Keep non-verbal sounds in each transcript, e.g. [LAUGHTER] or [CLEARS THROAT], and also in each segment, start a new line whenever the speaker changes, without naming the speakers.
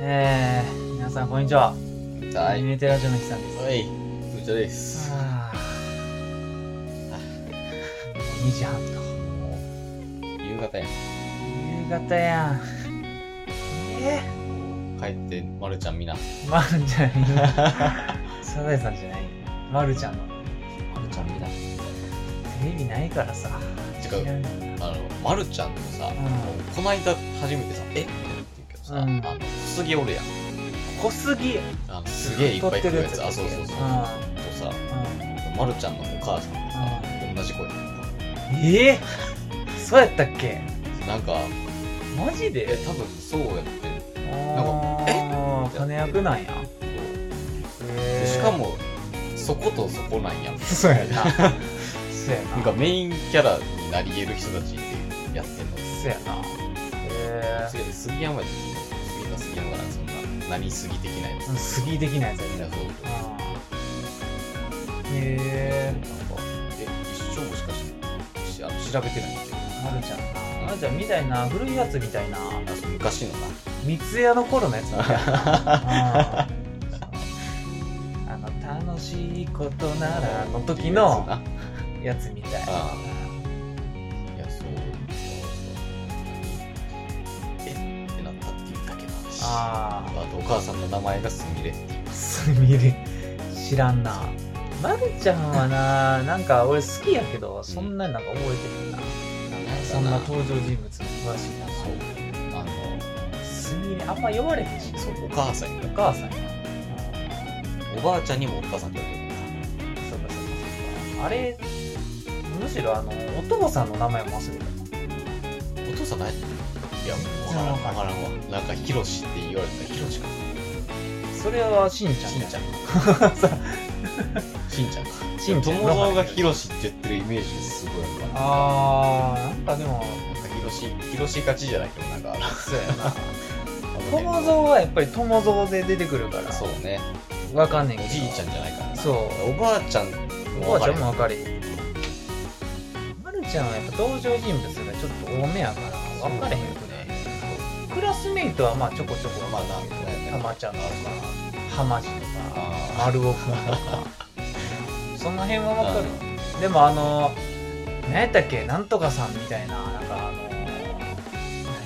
えー、皆さんこんにちは。
は
アニ
い。
メーテラジオの日さんです。
おい、こんにちはです。
あ
あ
ー2時半と。
もう、夕方や。
夕方やん。え
帰って、まるちゃんみな。
ー、まるちゃん、サザエさんじゃない。まるちゃんの。
まるちゃんみな。
テレビないからさ。
違う
知らん
あの、まるちゃんのさ、
ん
もうこないだ初めてさ、えってなってるけどさ、
うん
あの、小杉おるやん。
小杉。
あの、すげえいっぱい来るやつ。あ、そうそうそう。
うん
とさ、まるちゃんのお母さんと
う
さ、同じ声。
うんえー、そうやったっけ
なんか、
マジで
え、多分そうやってる
ああ
え
金役なんや。
で
へー
しか。も、そことそこなんや。
[LAUGHS] そうやな。そうやな。
なんかメインキャラになり得る人たちってやってんの。
そうやな。へ
次杉山じ杉田杉山がなんかそんな何杉的なやつ
え。杉的なやつや
みん
ね
なそう
あーへ
なんかえ一生もしかしてしあの調べてないんだけど
え。まるちゃんな。まるちゃんみたいな、古いやつみたいな。
あそう昔の
三ツ矢の頃のやつみたいな。
な
あの、楽しいことならの
時
時
の
のやつみたい。
あいやそうえってなったっていうだけの話あ
ああ。
とお母さんの名前がすみれっていう
すみれ知らんなまるちゃんはななんか俺好きやけどそんなになんか覚えてるな,、
なんかな
そんな登場人物に詳しいな
あの
すみれあんま呼ばれへんし
そうお母さん
お
に
母さんや
おばあちゃんにもお母さんって言われて
そうかそうかそうかあれむしろあのお父さんの名前も忘れた
るお父さん何やったいやもう分からん分からんわなんかヒロシって言われたらヒロシか
それはしんちゃん
しんちゃん
んさ
[LAUGHS] しんちゃんか。
しんちゃん
友蔵がヒロシって言ってるイメージすごいあるわ
あーなんかでも
なんかヒロシ、ヒロシ勝ちじゃないけど、なんか、
そうやな
あのね
友蔵はやっぱり友蔵で出てくるから
そうね。
わかんねん
お
けど
じいちゃんじゃないからな。
そう
おばあちゃん
おばあちゃん
わ
もかれへんまるちゃんはやっぱ登場人物がちょっと多めやから分かれへんよねクラスメイトはまあちょこちょこ
まあな
分かる
ね
たまちゃんとか
あ
はまじとか
あ
丸尾くんとかその辺は分かるでもあの何やったっけなんとかさんみたいななんかあの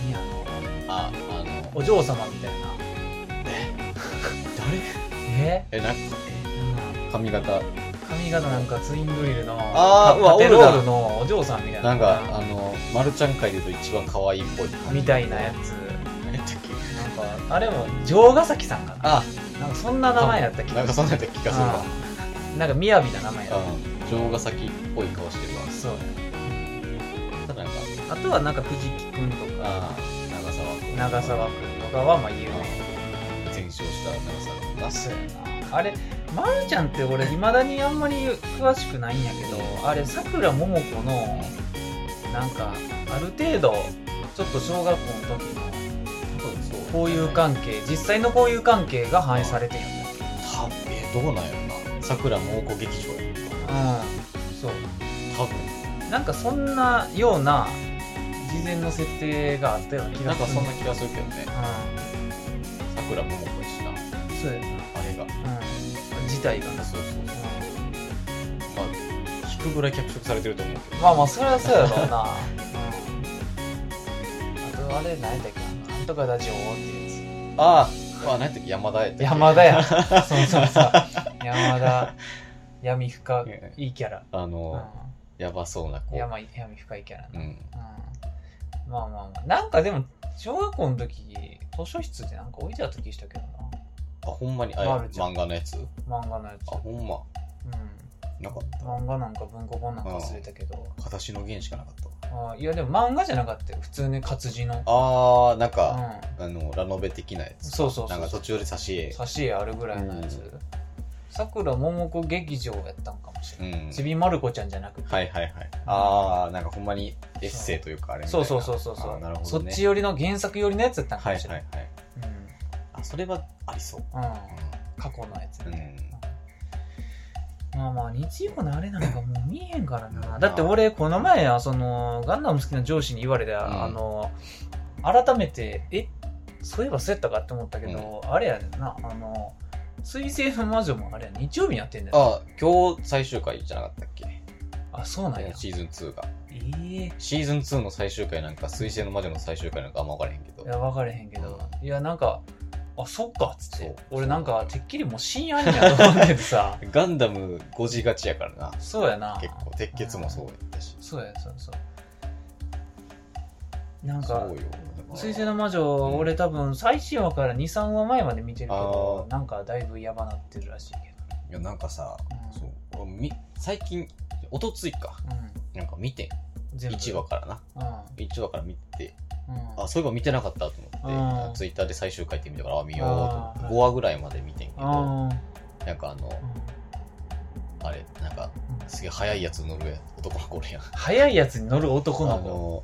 何あの
あ、あの、
お嬢様みたいな
誰
え
え、なんか、
うん
え髪型、
髪型なんかツインドリルの
あーうわ
パテロ
おるな
ールのお嬢さんみたいな
なんか、あの、まるちゃん界で言うと一番可愛いっぽい感じ。
みたいなやつ
何やったっけ
なんか、あれも、城ヶ崎さんかな。
あ、
なんか、そんな名前やったっけ
なんかそんなんやった気がするわ。
なんか、雅な名前やっ
うん。城ヶ崎っぽい顔してるわ
た。。そう。
ただなんか、
あとは、なんか、藤木くんとか、
ああ、長沢君
長澤くんとかは、まあ、有名。
全勝した長沢君が
そうやな。あれ、まるちゃんって俺、未だにあんまり詳しくないんやけど、あれ、さくらももこの、なんか、ある程度、ちょっと小学校の時の
多分そう
交友関係、実際の交友関係が反映されてんやったっけ
多分えどうなんやろなさくら猛虎劇場やろ
うん。そう。
多分
なんかそんなような事前の設定があったような気
な
が
ん
する
かそんな気がするけどね
う
さくらももこやしなん
そうや
あれが
なうん事態がな
そうそうそうまあ聞くぐらい脚色されてると思うけど
まあまあそれはそうやろうなうんあとあれ何やったっけなんとかラジオってやつ
あああ何やったっけ山田やったっけ
山田やそうそうそう山田闇深いいキャラ、
あ
うん
の、やばそうな子
山い闇深いキャラ
う
な、
ん
うんまあまあまあなんかでも小学校の時図書室でなんか置いてあった気したけど
あほんまにあ
まるちゃん
漫画のやつ
な漫画のやつ
あほんま
うん
なかっ
漫画なんか文庫本なんか忘れたけど、
た形の弦しかなかったわ
あーいやでも漫画じゃなかったよ普通ね活字の
あーなん
う
か、
ん
あのラノベ的なやつ
そうそうそ
なんか途
う
中で差し絵
挿絵あるぐらいのやつ
うん
さくらももこ劇場やったんかもしれ
う
ない、
ん
ちびまる子ちゃんじゃなくて、
はいはいはい。ああ、なんかほんまにエッセイというかあれみたい
そう
な。
そうそうそうそ
あ
う、
ーなるほ
そ
ど
っ
ね。
ち寄りの原作寄りのやつやったんか
はい
もし
はい
れな、
はいい。あ、それはありそう。
うん、うん、過去のやつ、
うん。
まあまあ日曜のあれなんかも
[LAUGHS]
う見えへんからな
うん
だって俺この前そのガンダム好きな上司に言われた、
うん
あの改めてえそういえばそうやったかって思ったけど、あれやねんなあの水星の魔女もあれやね日曜日にやってんだよ
あ、今日最終回じゃなかったっけ
あそうなんや
シーズン2が。
ええ
シーズン2の最終回なんか、水星の魔女の最終回なんかあんま分からへんけど
い。や分かれへんけどいやなんかあそっかっつっ
そ
て
う
俺なんかてっきりもう深夜アニメやと思ってて
[LAUGHS]
さ
ガンダム5時勝ちやからな。
そうやな
結構、鉄血もそうやったし。
そうやそうそうなん
そう
か
よ。
水星の魔女、俺多分最新話から23話前まで見てるけどなんかだいぶやばなってるらしいけ
いや、なんかさ、
うん
そう俺み最近、おとついか。
ど、うん、
なんか見てん、
全部
1話からな。
う
1話から見て、
んうん
あ、そういえば見てなかったと思
う
っ
ん
て、ツイッターで最終回って見たから、あ、見よう
あ
と
ー
思って。5話ぐらいまで見てんけど、
あ
なんかあの
ー、うん
あれ、なんか、すげえ速いやつ乗るや男の子おるやん。
速いやつに乗る
あ
男の子
の、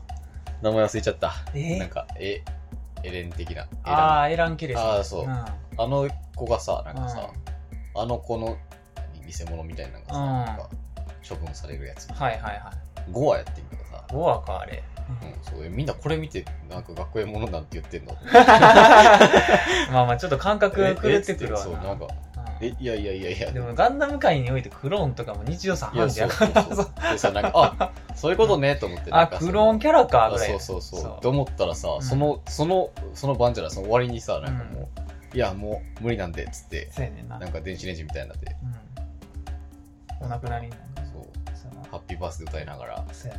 名前忘れちゃった。
え
なんか、え、エレン的な。エ
あ
ラン
あエラン・ケレス
あーそ
う
う
ん
あの子がさ、なんかさ、あの子の何偽物みたいなのがさ、
うん
なんか処分されるやつ。
はいはいはい
5話やってんけどさ、
5話かあれ、
うん、そうみんなこれ見て、なんか学園ものなんて言ってんの
まあまあちょっと感覚が狂ってくるわ
ええっつってそう、なんか、
う
え、
ん
いやいやいやいや。
でもガンダム界においてクローンとかも日常茶
いや、
飯事
そ
や
う
か
そ
ら
う
[LAUGHS]
そう。でさ、なんか、あ、そういうことね、と思って。な
あ
んかその
クローンキャラか
あ
ぐらい
そうそうそう
そう
と思ったらさ、
ん
そのそのその晩じゃないその終わりにさなんかもう、いやもう無理なんでっつって
そうやねんな
なんか電子レンジみたいになって
うんお亡くなりになる
そう
そうやな
ハッピーバースデー歌いながら
そうや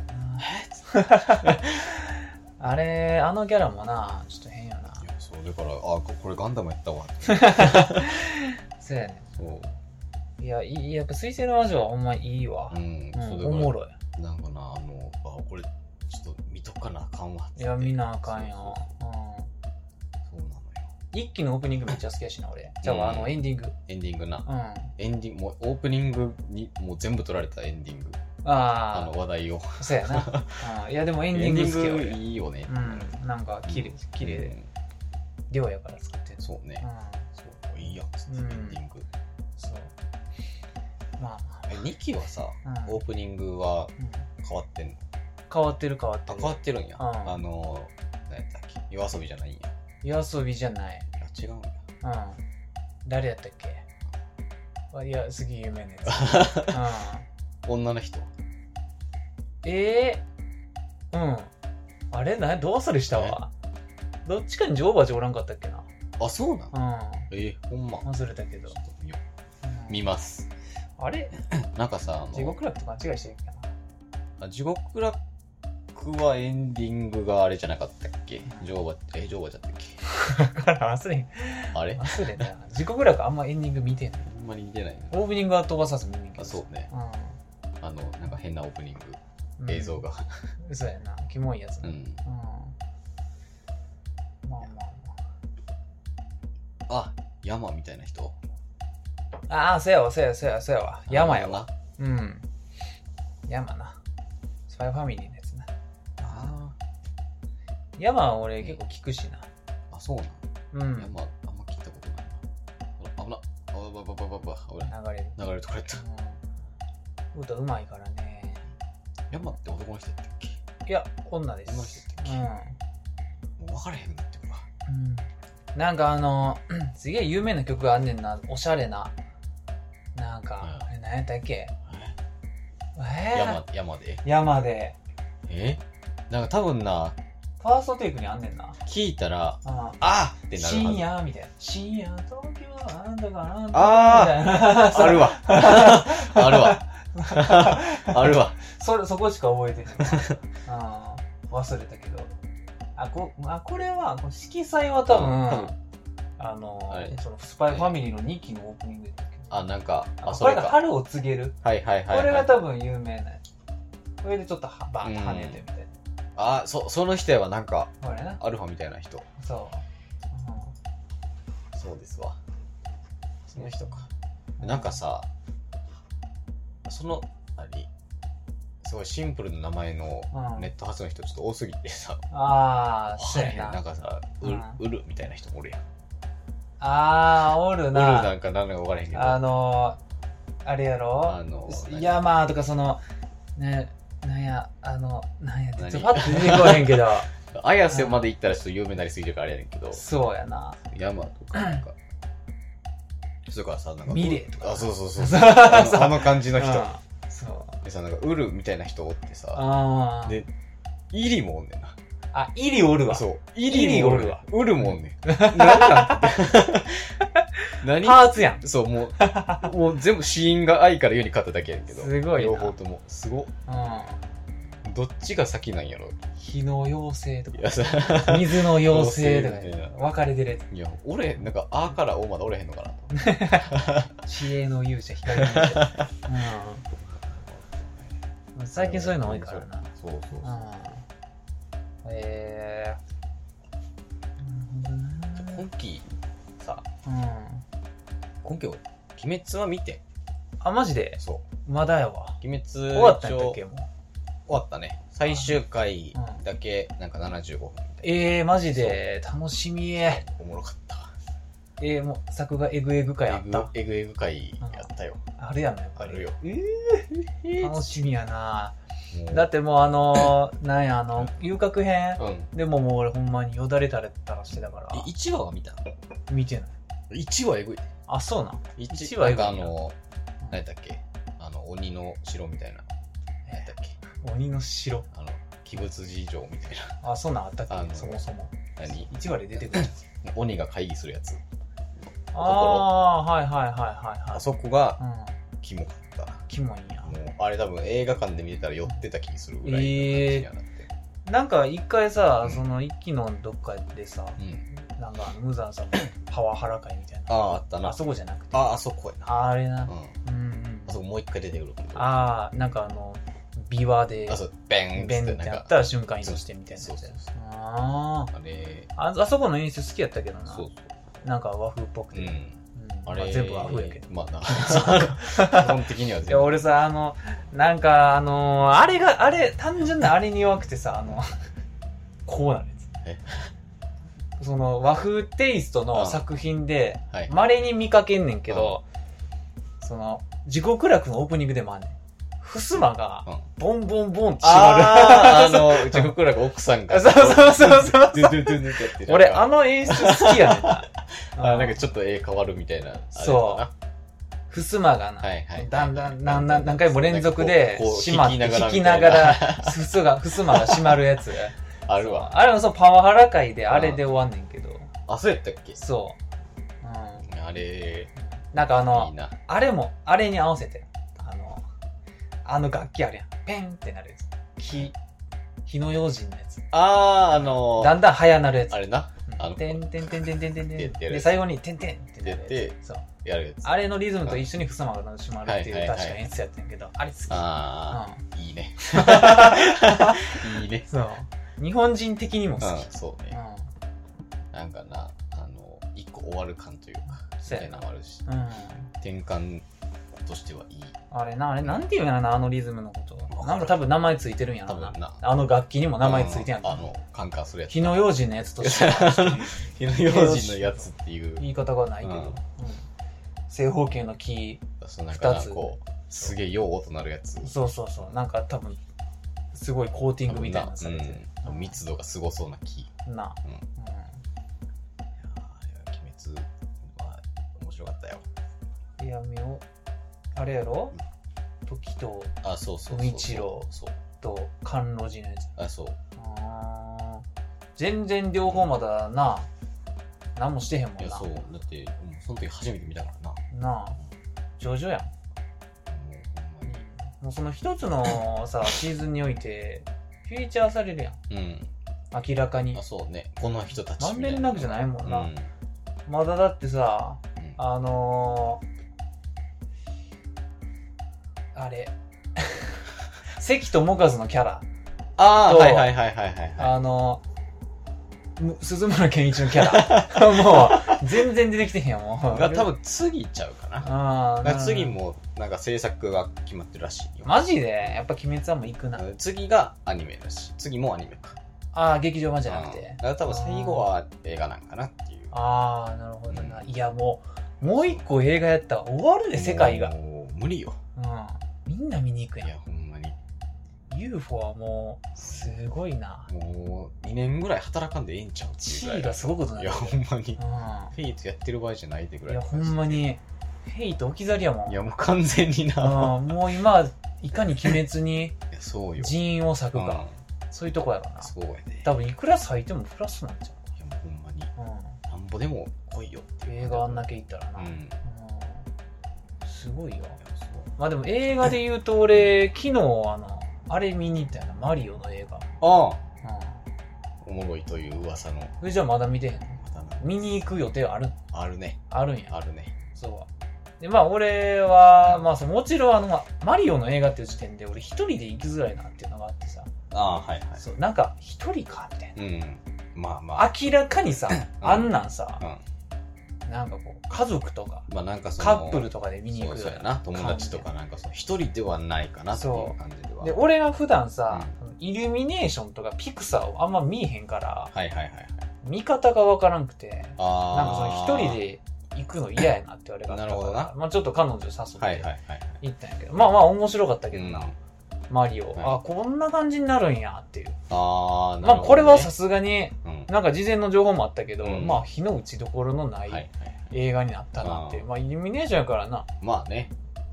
な [LAUGHS] あれあのキャラもなちょっと変やない
やそうだからあここれガンダムやったわって
そうやね
そ
んいやいいやっぱ水星の魔女はほんまいいわ
ううん、
うん
そうだ
お
から
もろい
なんかなあのあこれちょっと見とかなあかんわっつって
いや、見なあかん
そ
よ
う。
うん
そうそうそうなのよ
一期のオープニングめっちゃ好きやしな、俺。じゃあ、あの、エンディング。
エンディングな
うん。あ
エンディングもうオープニングにもう全部取られたエンディングあ
あ
の話題を
ー、そうやな。うんいや、でもエンディング好きよ、
エンデ
俺
ィングいいよね、
うん。なんか、綺麗、綺麗
う
で。
ん
量やから作ってる。
そうね、
うん。
そういいやんつって、
うん
エンディング
そう。まあま
え2期はさ、
あ。うん
オープニング
う
は
ん
変わってんの
変わってる変わって
あ
る
変。わってるんや、
うん
あの何やったっけ夜遊びじゃないんや
夜遊びじゃない。
あ違うんや
うん。誰やったっけあいや、すげえ有名なやつ。うん。
女の人
ええうん。あれな、どうそれしたわ。どっちかに女王蜂おらんかったっけな。
あそうなん、
う
えーほんま
ん。忘れたけ
ち
ど
ょっ。と見よう
うん
見ます
あれ
なんかさあの
地獄楽と勘違いしてるっけな。
あ地獄楽はエンディングがあれじゃなかったっけ女王はえ女王はじゃったっけ
だから忘れ、
あれ
[LAUGHS] 忘れたな。地獄楽あんまエンディング見てない。
ほんまに似てないな
オープニングは飛ばさず見んねんけど。
あそうね
う
あのなんか変なオープニング
ん。うん。
映像が
そうやな。キモいやつ。う
う、
んん。まあま
あ山みたいな人
あまあ。ああ、そうやわ、そうやわ、そうやわ、そうやわ。山やわ。
あ
うん。山な。スパイファミリーのやつな。
あ
山は俺結構聞くしな。
あそうな
う
ん
ん。
山あんま聞いたことないなほら危なあばばばばば危ない
流れる。
流れるとこやった
うん、歌うまいからね。
山って男の人やったっけ
いや、女です。
女の人やったっけ、もう分からへんなってくるわ
うん。うん。なんかあの、 [CLEARS THROAT] すげえ有名な曲があんねんな。おしゃれな。なんか、
うん
あれ何やったっけえー、
山山で
山で。
えなんか多分な
ファーストテイクにあんねんな。
聞いたら
うん。
あーってなるはず
深夜みたいな。深夜、東京はなんだかなんだ
あ
[LAUGHS] か
ある
わ。
わ [LAUGHS] ある
[LAUGHS]
わあるわ
それ、そこしか覚えてない。うん。忘れたけど。あ、こあこれは、この色彩は多分、
多分
あの
あれ
そのスパイファミリーの2期のオープニングやったっけ
あなんか
あ
あ
こ
そ
れが
れか
春を告げる、
はいはいはい、
これ
は
が
い、
多分有名なやつこれでちょっとはバーンと跳ねてみたい
あそその人やわなんか
なこれな
アルファみたいな人
そう、
そうですわその人か
う
なんかさ、その、何すごいシンプルな名前の
うん
ネット発の人ちょっと多すぎてさ、
ああ
わ
そう
か
や
らへん [LAUGHS] な
なん
かさ、う
う
る
ん、
うるみたいな人もおるやん。う
ああおる
る
な
なんか何だか分からへんけど、
あのー、あれやろ
あの何
山とかそのねなんやあのなんやって
何 [LAUGHS]
ちょっとパッと出てこへんけど
綾瀬まで行ったらちょっと有名になりすぎてるからあれやねんけど、
そうやな。
山とかなんか、それからさ、なんか、
ミレーとか
あ、そうそう [LAUGHS] そうそう。あ
そ
のあの感じの人。
うんそう。
でさ、なんか、ウルみたいな人おってさ、
ああ。
でイリもおんねんな。
あ、イリおるわ。
そう。イ
リ
リもおる
イリ
わ。ウルもおん [LAUGHS] ねん。なんなんて何
パーツやん。
そう、もう、もう全部死因が愛から世に勝っただけやねんけど。
すごいな
両方とも。すごっ。
うん。
どっちが先なんやろ
火の妖精と
いやさ、 [LAUGHS]
か、水の妖精とか
妖精みたいな、
分かれてるやつ。
いや、俺、なんか、あからおまだおれへんのかなと。 [LAUGHS]
知恵の勇者、光の勇者。うん。最近そういうの多いからな。
そうそうそう。
うん。えー。なる
今期、さ、
ほどなうん。
今期、鬼滅は見て。
あ、マジで
そ
まだやわ。
う。鬼滅、
終わったんだっ
一
け
応
もう。
終わったね。最終回だけ、なんか75分みたい
えー、マジで、楽しみえ。
な。おもろかった。
えー、もう作画エグエグ会あった。
えぐえぐ会やったよ。
あるやん、やっ
あ
ぱ
る
り。
よ。
楽しみやな
もう
だってもうあのー、なんや、あの、遊郭編
うん。
でももう俺ほんまによだれたれたらしてたから、
1話は見た
見てない。
?1 話えぐい。
あ、そうなん。
1
1話
な
え
ん
ぐい
か
な
あの、何やったっけあの、鬼の城みたいな。何やったっけ
鬼の城。
あの、鬼物事情みたい
[LAUGHS]
な。
あ、そうなんあったっ
あ
け
の
そもそも。
何
1割出てくる。
鬼が会議するやつ。
ああー、はいはいはいはい
あ
はい。
そこが、
うん。
キモかった。
キモいんや。
もうあれ多分映画館で見てたら寄ってた気にするぐらいの感じにはなって、
なんか一回さ
う、ん
その一期のどっかでさ、
うん、
なんかあの無惨
[COUGHS]
さんのパワハラ会みたいな。
あああったな
あそこじゃなくて。
ああそこやな、
あれ
う
な。
ん、
うんうん
あ。そこもう一回出てくるけど
ああ、なんかあの、琵琶で
あ、そうベン
ベン
っ
ってて
なん
なっ
か
たら瞬間移動してみたいなやつ
そうそうそ
あ
あれ
あ。ああそこの演出好きやったけどな
そう。
なんか和風っぽく
そうう
て。うん
んあ
ま
れ、
全部和風やけど。 [LAUGHS]
まあな基本的には
い
全部
や俺さあのなんかあのーあれがあれ単純なあれに弱くてさあの [LAUGHS] こうなるや
え
つその和風テイスト
う
の
ん
作品で
はい
まれに見かけんねんけどその地獄楽のオープニングでもあんねん襖が
うん
ボンボンボンって閉ま [LAUGHS]
あーあの、うち僕らが奥さんが。
そうそうそうそう
[LAUGHS] ドゥドゥドゥドゥってやって
る俺あ
あ
の演出好きやねんな
[LAUGHS] あ、なんかちょっと絵変わるみたいな。
そう
あ
襖がな、
れやな。はいはい。
だんだん、何何何回も連続で
こうこう
閉まって、引
引
き
き
な
な
が
が
ら
ら、
ふすが、 [LAUGHS] ふすまが閉まるやつ。
[LAUGHS] あるわ。
そうあれもそのパワハラ界であれで終わんねんけど。
あ、そうやったっけ
そう。うん。
あれ、
なんかあ
いい
の、
な。
あれも、あれに合わせて、あの、あの楽器あるやん。ペンってなるやつ。火、火の用心のやつ。
あー、あの
だんだん早なるやつ
あ。れな、あの
てんてんてんてんてんてんてん。
ってやる
で、
やつ
最後に、てんてんってなる
出
や
て
つ。そう。
やるやつ。
あれのリズムと一緒にふすまが閉まるって
はい
いう
はいはい
確か演出やってんけど、あれ好き。
あ
うん。
ー、いい
[LAUGHS]
ね。いいね。
そう。日本人的にも
う
好
ん
き。、
そう
う
ね。
ん。
なんかな、あの、一個終わる感というか、み
そう
た
や
い
な
なのもあるし、
うん。
転換としてはいい。
あれな、あれなんていうんやろな、あのリズムのこと。なんか多分名前ついてるんや
多
ろな
分。な。
あの楽器にも名前ついてんや
あ
ろ。
の、カンカンするやつ。
火の用心のやつとしては
火の用心のやつっていう、
言い方がないけど。
うん
うん正方形の木、
そのなんか
二
な
つ
こう、すげえ用となるやつ。
そうそうそう。なんか多分、すごいコーティングみたいなのさ
う
れてる。
ん、密度がすごそうな木。い
な。
うんやーあれは鬼滅は面白かったよ。
うん。闇を、あれやろ時と、
あ、そうそうそうそう。
富一郎
そう。
と、甘露寺のやつ。
あ、そう。
あー全然両方まだな、何もしてへんもん
いや、
な
そう。。だって、うんその時初めて見たからな。も
なあ、上々やん。
うほんま
もうその一つの
[LAUGHS]
さ、シーズンにおいて、フィーチャーされるやん。
に。
明らか
うん。
に
あ、。そうね。この人たち
まんべんなくじゃないもんな。
うん。
まだだってさ、
うん
あのー、あれ。 [LAUGHS] 関とモカズのキャラ。
ああ、
と
はいはいはいはいはいはい。
あのー、む鈴村健一のキャラ。
[LAUGHS]
もう、全然出てきてへんやん、もう。
が多分次ちゃうかな。
あ
が次。も、なんか制作が決まってるらしいよ。
マジでやっぱ鬼滅はもう行くな。
次がアニメだし、次もアニメか。
ああ、劇場版じゃなく
うん
て
だ。から多分最後は映画なんかなっていう。
ああ、なるほどな。
うん
いや、もう、もう一個映画やったら終わるで、世界が。
もう無理よ。
うん。みんな見に行く
い
やん。
や、ほんまに。
UFO はもうすごいな
もう2年ぐらい働かんでええんちゃうっていうぐら
地
い
位がすごいことにないる
やほんまに
う
フェイトやってる場合じゃないってぐ
ん
ら
い
い
やほんまにフェイト置き去りやもん
いやもう完全にな、
うんもう今いかに鬼滅に
いやそうよ
人員を割く
うん
か、そういうとこやからな
そうやね
多分いくら割いてもプラスなんちゃ
いやもうほんまに
う、う
なんぼでも来いよって
ん、
いう
映画あんだけ行ったら
う
な、
んい
うん
や
すごいよ
そう
まあでも映画で言うと俺昨日あのあれ見に行ったよなマリオの映画、
ああ
う
おもろいという噂
ん、
の
それじゃあまだ見てへんの
またな
見に行く予定ある
あるね
あるんや
あるね
そう。で、まあ、俺は、まあ、そのもちろん、あの、まあマリオの映画っていう時点で、俺一人で行きづらいなっていうのがあってさ、
ああはいはい
そうなんか、一人かみたいな。
うんまあまあ
明らかにさ、あんなんさ
うん、
なんかこう、家族とか、
まあなんかその
カップルとかで見に行
そう
く
そう
よ
や
うな
な友達とかなんかその一人ではないかなってい
そう
う感じでは
で、俺が普段さ、
う
イルミネーションとかピクサーをあんま見えへんから、
はいはいはいはい
見方がわからんくて、
あ
なんか
あ
その一人で行くの嫌やなって言われがあったから、
なるほどな
まあちょっと彼女誘
はいはい
って
はいはい
行ったんやけど、まあまあ面白かったけど
うん
な、マリオ、
はい
あこんな感じになるんやっていう、
ああ
まあこれはさすがに
うん
なんか事前の情報もあったけど、
うん
まあ火の打ちどころのな
はいはいいはい
映画になったなっていう、
あー
まあイルミネーションやからな
まあね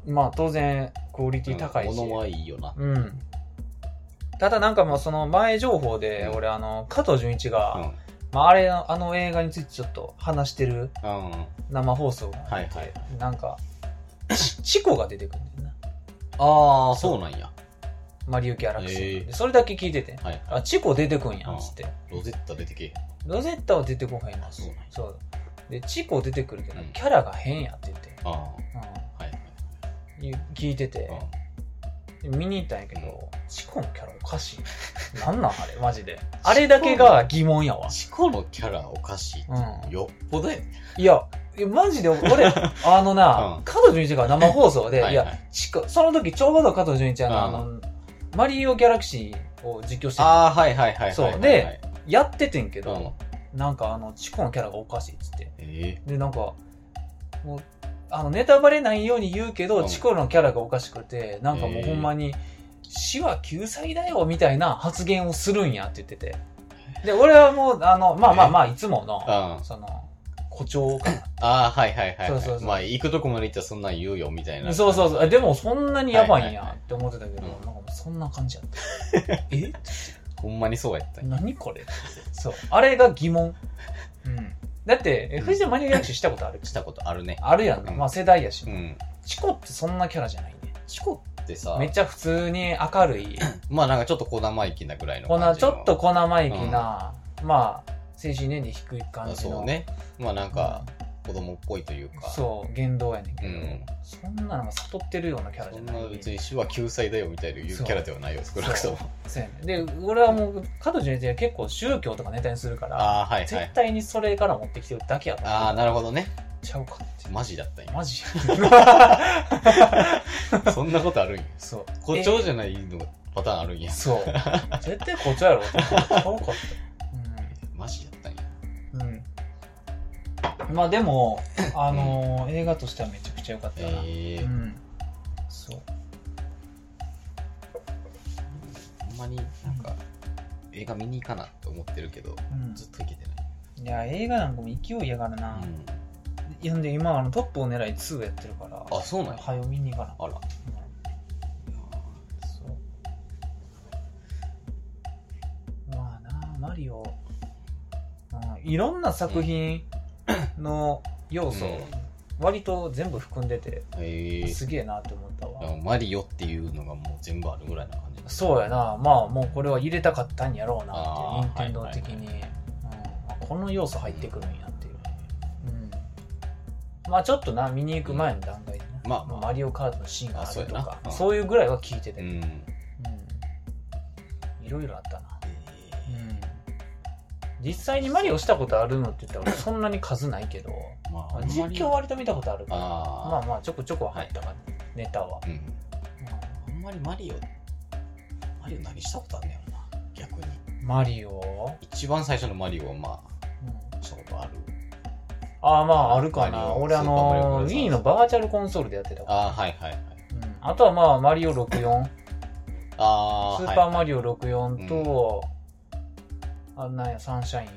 まあ当然クオリティ高いし、
うん
うん
物はいいよな
ただなんかもうその前情報で
うん
俺あの加藤純一が、
うん
まあ、あれあの映画についてちょっと話してる
うんはい
生放送が
はいはい
なんかチチコが出てくるんだよな
ああそうなんや
マリウキャラクションなん
へ
でそれだけ聞いてて
はい
あチコ出てくんやんっつって
ロゼッタ出てけえ
ロゼッタは出てこへんます
そうなんや
そうでチコ出てくるけど、
うん
キャラが変やって言って、
ああはいう
言う聞いてて
はい、
で見に行ったんやけど、チコのキャラおかしいなんなんあれマジであれだけが疑問やわ
うん、チコのキャラおかし
う
いよっぽどや
ん、いやいやマジで
[LAUGHS]
俺あのな、
うん
加藤純一が生放送で、
はいいはい
やチコその時ちょうど加藤純一はなあ
うん
のマリオ・ギャラクシーを実況して
ああはいはいはいはいはい
そうでやっててんけ
うん
ど、なんかあのチコのキャラがおかしいっつって
え
でなんかもうあのネタバレないように言うけど、
うん
チコのキャラがおかしくてなんかもう
えー
ほんまに「死は救済だよ」みたいな発言をするんやって言っててで俺はもうあのまあまあまあいつも
えう
の
ん
その誇張かな
ああ、はいはいはいはい。
そうそうそう
まあ、行くとこまで行ったらそんなん言うよ、みたい [LAUGHS] な。
そうそうそうあでもそんなにやばいん
はいはい
や
はい
って思ってたけど、
うん
なんかもうそんな感じやった
[LAUGHS]
え
ほんまにそうやったんや
何これ [LAUGHS] そうあれが疑問、うん、だってえ
うん
藤田マニア役手したことある
したことあるね。
あるやん、
うん
まあ世代やし、
うん。
チコってそんなキャラじゃないね
チコってさ
め、っちゃ普通に明
[LAUGHS]
るい、
まあなんかちょっと小生意気なぐらいの
こん
感
な
じ
ちょ
の。
っと小生意気な、まあ、精神年齢低い感
あ
じの。
そうね。まあなんか、子供っぽいというか。
そう、言動やねんけ
う
ど、
ん。
そんなのが悟ってるようなキャラじ
そ
ゃ
ん
な、
ない別に死は救済だよみたいな言うキャラではないよ、少なくとも。
そうやねんで、俺はもう、加藤純一は結構宗教とかネタにするから、
ああ、はいは
絶
い。
対にそれから持ってきてるだけやと思
ああ、なるほどね。
ちゃうかって。
マジだったんや
マ
[LAUGHS]
ジ
そんなことあるんや。
そう。
誇張じゃないのパターンあるんや
え。そう。絶対誇張や
[LAUGHS]
ろって。ちゃうかって。うん
マジだったんや。
うん、まあでも、あのー映画としてはめちゃくちゃ良かったな、
ええ
う。ん、そう
ほんまになんか、映画見に行かなって思ってるけど、
うん
ずっと行けてない。
いや映画なんかも勢いやからな、
うん
いやんで今あのトップを狙い2やってるから
あ、そうなんや。
早よ見に行かな
あら。
うんそうまあなマリオ、うん、いろんな作品 [CLEARS THROAT] の要素、
うん
割と全部含んでて
へえ
すげえなって思ったわ、
マリオっていうのがもう全部あるぐらいな感じ
そうやなまあもうこれは入れたかったんやろうな
あ
って
ー
任天堂的に、うんあこの要素入ってくるんやっていう、うんまあちょっとな見に行く前の段階でな、
うんまあまあ
マリオカートのシーンがあると
あそう
か
や
そう
なうん
いうぐらいは聞いてて、
う
うん
ん
いろいろあったな、実際にマリオしたことあるのって言ったら俺そんなに数ないけど
ま
ま
あ
あ実況は割と見たことあるから
あー
まあまあちょこちょこは入ったから、ネタは、
うんあんまりマリオマリオ何したことあんねやろな逆に
うんマリオ、
一番最初のマリオはま
うん
あしたことある
ああまああるか
マリ
な
オ
俺あの
スーパーマリオブラザーズ
Wii のバーチャルコンソールでやってたから
ああはいはいはい
うんあとはまあマリオ64
あ
ス
ー
ーパー
はい
マリオ64と、あんなんや、サンシャイン、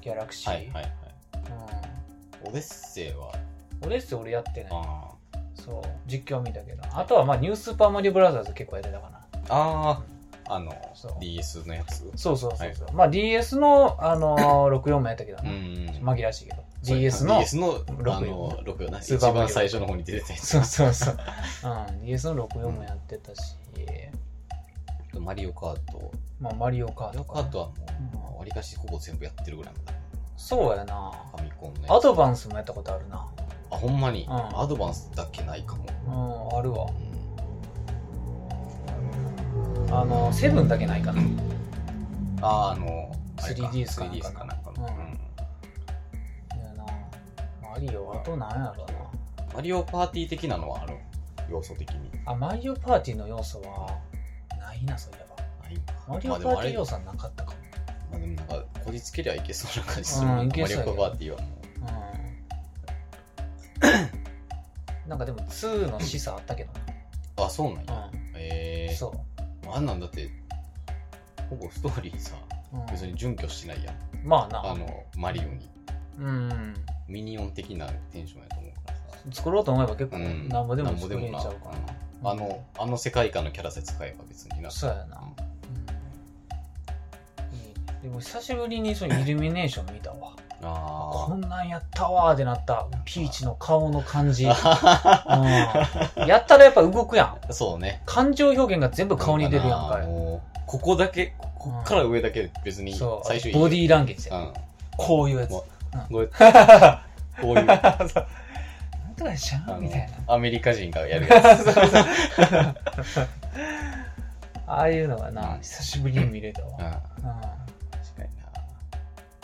ギャラクシー。
はいはいはいオデッセイは
うん、俺ですよ、俺やってない。
あ
そう、実況見たけど。あとは、まあ、ニュースーパーマリオブラザーズ結構やってたかな。
ーあーあの
そう
DS のやつ
そうそうそうそう。
は
まあ、DS の、あの
[LAUGHS]
ー64もやったけど
う
な。
ん
紛らわしいけど。DS の、
DS の
64
あの64な
スー
一
パーマリオ
番最初の方に出てたやつ
そうそう
[LAUGHS]
そう。うん、DS の64もやってたし、
マリオカート
まあ、マリオカ
マ
ー
リ
ト
オ
と
カ
かね、
ートはもうわりかしほぼ全部やってるぐらいまで
そうやな。
ファミコンね
アドバンスもやったことあるな。
あほんまに
うん
アドバンスだけないかも
うん、あるわ
う。ん
あの、セブンだけないかな。
あーあのあれ
3DS かなんか
3DS かなんかの
うん
うん
いやなマリオあとなんやろ
マリオパーティー的なのはある要素的に
なあマリオパーティーの要素はないなそういえば
ないか
マリオパーテ
まあでもあ
ィー
れ
要素はなかったかも
まあでもなんかこじつけりゃいけそうな感じするもん
うんい
な
け
マ
そ
リ
う
オ
や
パ
けど
ーティーはも
うんなんかでも2の示唆あったけど
うあそうなんや
なう
え
ん
え
そ
あんなんだってほぼストーリーさ
う、うん
別に準拠してないやん
まあ
あ
な
のマリオに
うん
ミニオン的なテンションやと思うからさ
作ろうと思えば結構
うん
なんぼでも
なんぼ
作
で
れ
も
ち
な
ゃうから
うんあのあの世界観のキャラさえ使えば別にな
そうやなうんいいねでも久しぶりにそのイルミネーション見たわ
[LAUGHS] あ
こんなんやったわーってなったピーチの顔の感
[LAUGHS]
じ
あ
うんやったらやっぱ動くやん。
そうね
感情表現が全部顔に出るやんか。
なかないもうここだけここっから上だけ別に
そう。
最初いい
ボディーランゲージ
う
や。
ん
こういうやつ。
もこうやって
な
こういう
んとかしちゃ
あ
う
の
みたいな。
アメリカ人がやるやつ
ああいうのがな
う、ん
久しぶりに見れた
うん
わ。う
確
ん。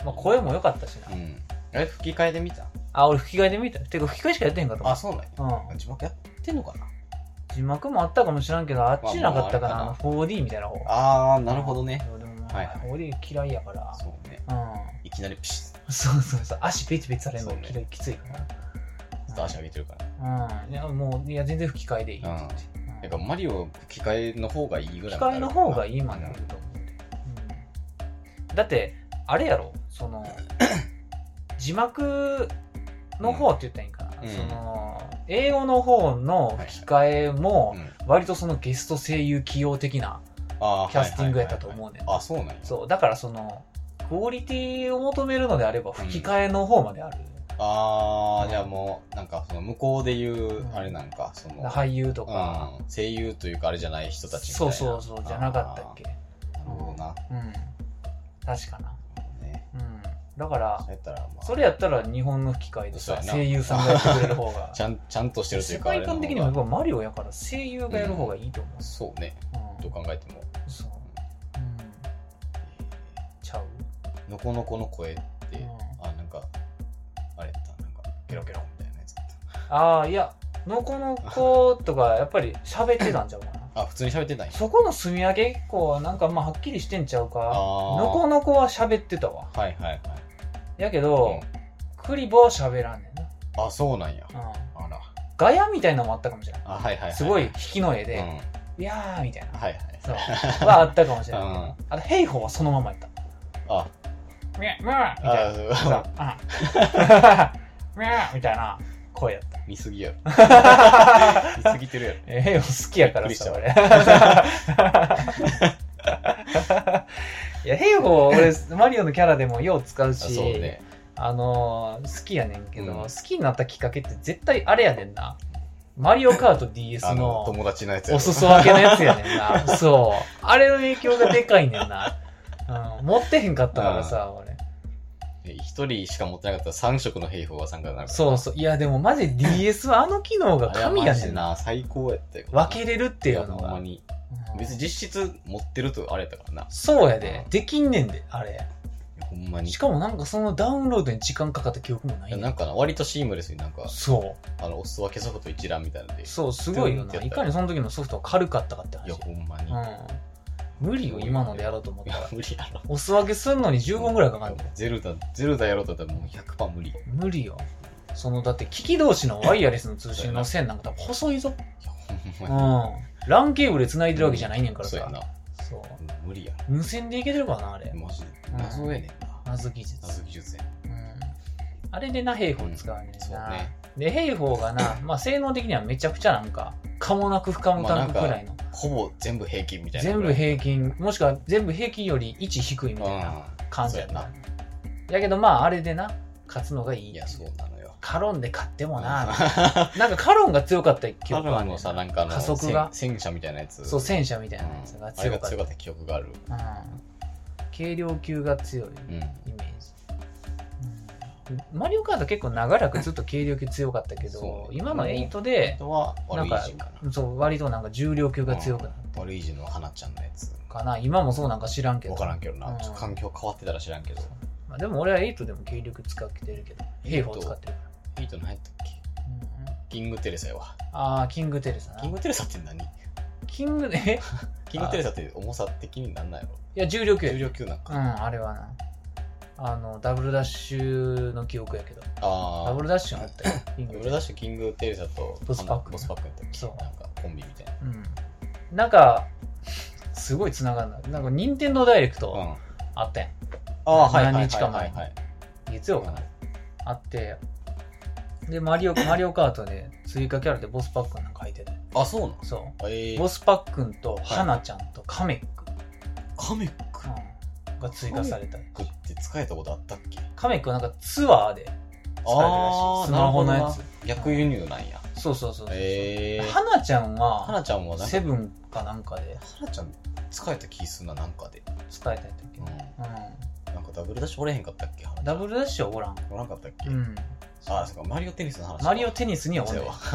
まあ
かにな
声も良かったしな
う。んあれ吹き替えで見た
あ、俺吹き替えで見た。てか吹き替えしかやってへんかと思
あ
っ
そうなんや
た。うん。
字幕やってんのかな
字幕もあったかもしらんけど、あっちなかったかな。
まあま
あ
あ
の 4D みたいな方。
ああなるほどね
でもまあ
はいはい
4D 嫌いやから。
そうね
う
いきなりピシッち
ん。 [LAUGHS] そうそうそう。足ペチペチされるの嫌いきついから。
ょっと足上げてるから
うん、いやもういや全然吹き替えでいいって言って、うん
なんかマリオ吹き替えの方がいいぐら
吹
い
き替えの方が
い
いいまであると思って、うんだってあれやろそ
[COUGHS]
の字幕の方って言ったらいいんかな、
うん
その英語の方の吹き替えも割とそのゲスト声優起用的なキャスティングやったと思うねん
あそうなんや
そうだからそのクオリティを求めるのであれば吹き替えの方まである、
あ
う
あ
ん
じゃあもうなんかその向こうで言う
うん
あれなんかその
俳優とか、
うん声優というかあれじゃない人たちみたい
そう
な
そうそうじゃなかったっけ
あーなるほどな
うん確かな
ね
うんだから
そうやったらまあ
それやったら日本の吹き替えでさ
そうやな
声優さんがやってくれる方が
[LAUGHS] ちゃんちゃんとしてるとい
世
うかあれ
界
の方
観
が
的にもやっぱマリオやから声優がやる方がいいと思う
そうね
うん、
どう考えても
そう、うん、ちゃう、
のこのこの声っ
う
て
ん
あなんかあれやったなんかペロペロみたいなやつだっ
ああいやのこのことかやっぱり喋ってたんちゃ
[LAUGHS]
うかな
たあ普通に喋ってない
そこの住み分け以降はなんかまあはっきりしてんちゃう
あ
かの
あ
このこは喋ってたわ
はいはいはい
やけど、クリボは喋らんねんな、
あそうなんや
うん、
あら
ガヤみたいなのもあったかもしれない
あはいはいは
すごい
うん
引きの絵で、
はい
いやーみたいな
はい [LAUGHS]
そう。はあったかもしれない。
うん
あと、ヘイホーはそのままやった。
あ
みゃ、みゃみたい
あ [LAUGHS]
な。
そう
さうんみゃみたいな声やった。
見すぎやろ [LAUGHS] 見すぎてる
[LAUGHS]
やろ
えヘイホー好きやからさ、
びっく
俺。 [LAUGHS] いや、ヘイホー、俺、マリオのキャラでもよう使う
あ
し、
そうね
あのー好きやねんけど、
うん
好きになったきっかけって絶対あれやねんな。マリオカート DS
あの
の
友達のやつや
お
ろ
裾分けのやつやねんな。そう。あれの影響がでかいねんな。うん、持ってへんかったから
[LAUGHS]
さ、俺。
え一人しか持ってなかったら三色の兵法は参加になる
そうそう。いや、でもマジ DS はあの機能が
あれは
神
マ
や
ジ
ね
で
んな。
な最高やったよ
分けれるっていうの
いやほん
が
ま。に
うん
別に実質持ってるとあれやったからない
そうやで。できんねんで、あれ。
やほんまに
しかもなんかそのダウンロードに時間かかった記憶もない
いや
ねん
なんかな割とシームレスになんか
そ
あのお裾分けソフト一覧みたいなので
う。そう、すごいよ
ドゥンって
な。
やった
いかにその時のソフトが軽かったかって
い
話
や。ほんまに、い
うん。無理よ、今のでやろうと思った
や
ら。
無理やろ
おす分けすんのに15分くらいかかるもん
ゼルダゼルダやろうとだったらもう100%無理い
無理よそのだって機器同士のワイヤレスの通信の線なんか多分細いぞ
やほん
う
ほんまに
ん。ランケーブル繋いでるわけじゃないねんから
そうやな
さ。。そう。
無理や。
無線でいけてるからな、あれ。
マジで。
ん
謎やねんな。
謎技術。
謎技術やね
うん。あれでな、兵法使わね
そ
ん
う
な。
ね。
で、兵法が [LAUGHS] な、まあ、性能的にはめちゃくちゃなんか、可もなく不可もなくぐらいの。
ほぼ全部平均みたいな
全
ぐら
部
い。
平均、もしくは全部平均より1低いみたいな
うん
感じや
そ
な。やけどまあ、あれでな、勝つのがいい。
いや、そうなのよ。
カロンで勝ってもな、[LAUGHS]
あ
なんかカロンが強かった記
カ
憶
ル
があるねん
マの
な
さ、なんかあの、
加速が
戦戦車みたいなやつ。
そう、戦車みたいなやつ
うん
が
あれ
強か
が
った
強。かった記憶がある。
うん軽量級が強い
うん。
イメージ、うんマリオカート結構長らくずっと軽量級強かったけど
そう
今の8で
あとは、悪い人か
そう割となんか重量級が強くなっ
な。悪い人の花ちゃんのやつ。
たかな今もそうなんか知らんけど
わからんけどな。
うん
ちょっと環境変わってたら知らんけど。
まあ、でも俺は8でも軽量級使ってるけど兵法使ってるか
ヒートの何やったっけ
ら、うんうん
キングテレサやわ。
ああキングテレサな
キングテレサって何
キングえ
キングテレサって重さ的になんないの
いや重量級や
重量級なん
うん
か。
あれはなあのダブルダッシュの記憶やけど
あ
ダ
あ
ブ。ルダッシュになった
[LAUGHS]
よキング
ダブルダッシュ、キングテレサと
ボスパック
ボスパックやったっけ
そう
なんかコンビみたいな。
うんなんか、すごい繋がるな。なんか、任天堂ダイレク
うん
ト。あったやん。
ああ、はい。
何日か前
はいはいはい
月曜かな。あって、で、マリオ、マリオカートで追加キャラでボスパックンなんか入ってたよ。
あ、そうなん
そ
え
う。
え
ボスパックンと、花ちゃんとカメック、
カメックっ
うんが追加された。
て使えたことあったっけ
カメックはなんかツアーで使えるらしい。ス
あー
マホのや
なるほ
つ。
逆輸入なんや。
そうそうそうそう。
え [LAUGHS] え。
花ちゃん
は
は、
なちゃんはなんか
セ、ブンかなんかで
はなちゃん使えた気すんな、なんかで。
使えたやったっけ、
うん
う
なんかダブルダッシュおれへんかったっけ
ん、ダブルダッシュはおらん。
おらんかったっけ
うん。
あ、そうか、マリオテニスの話。
マリオテニスにはお
そう
る
や。わ。
デ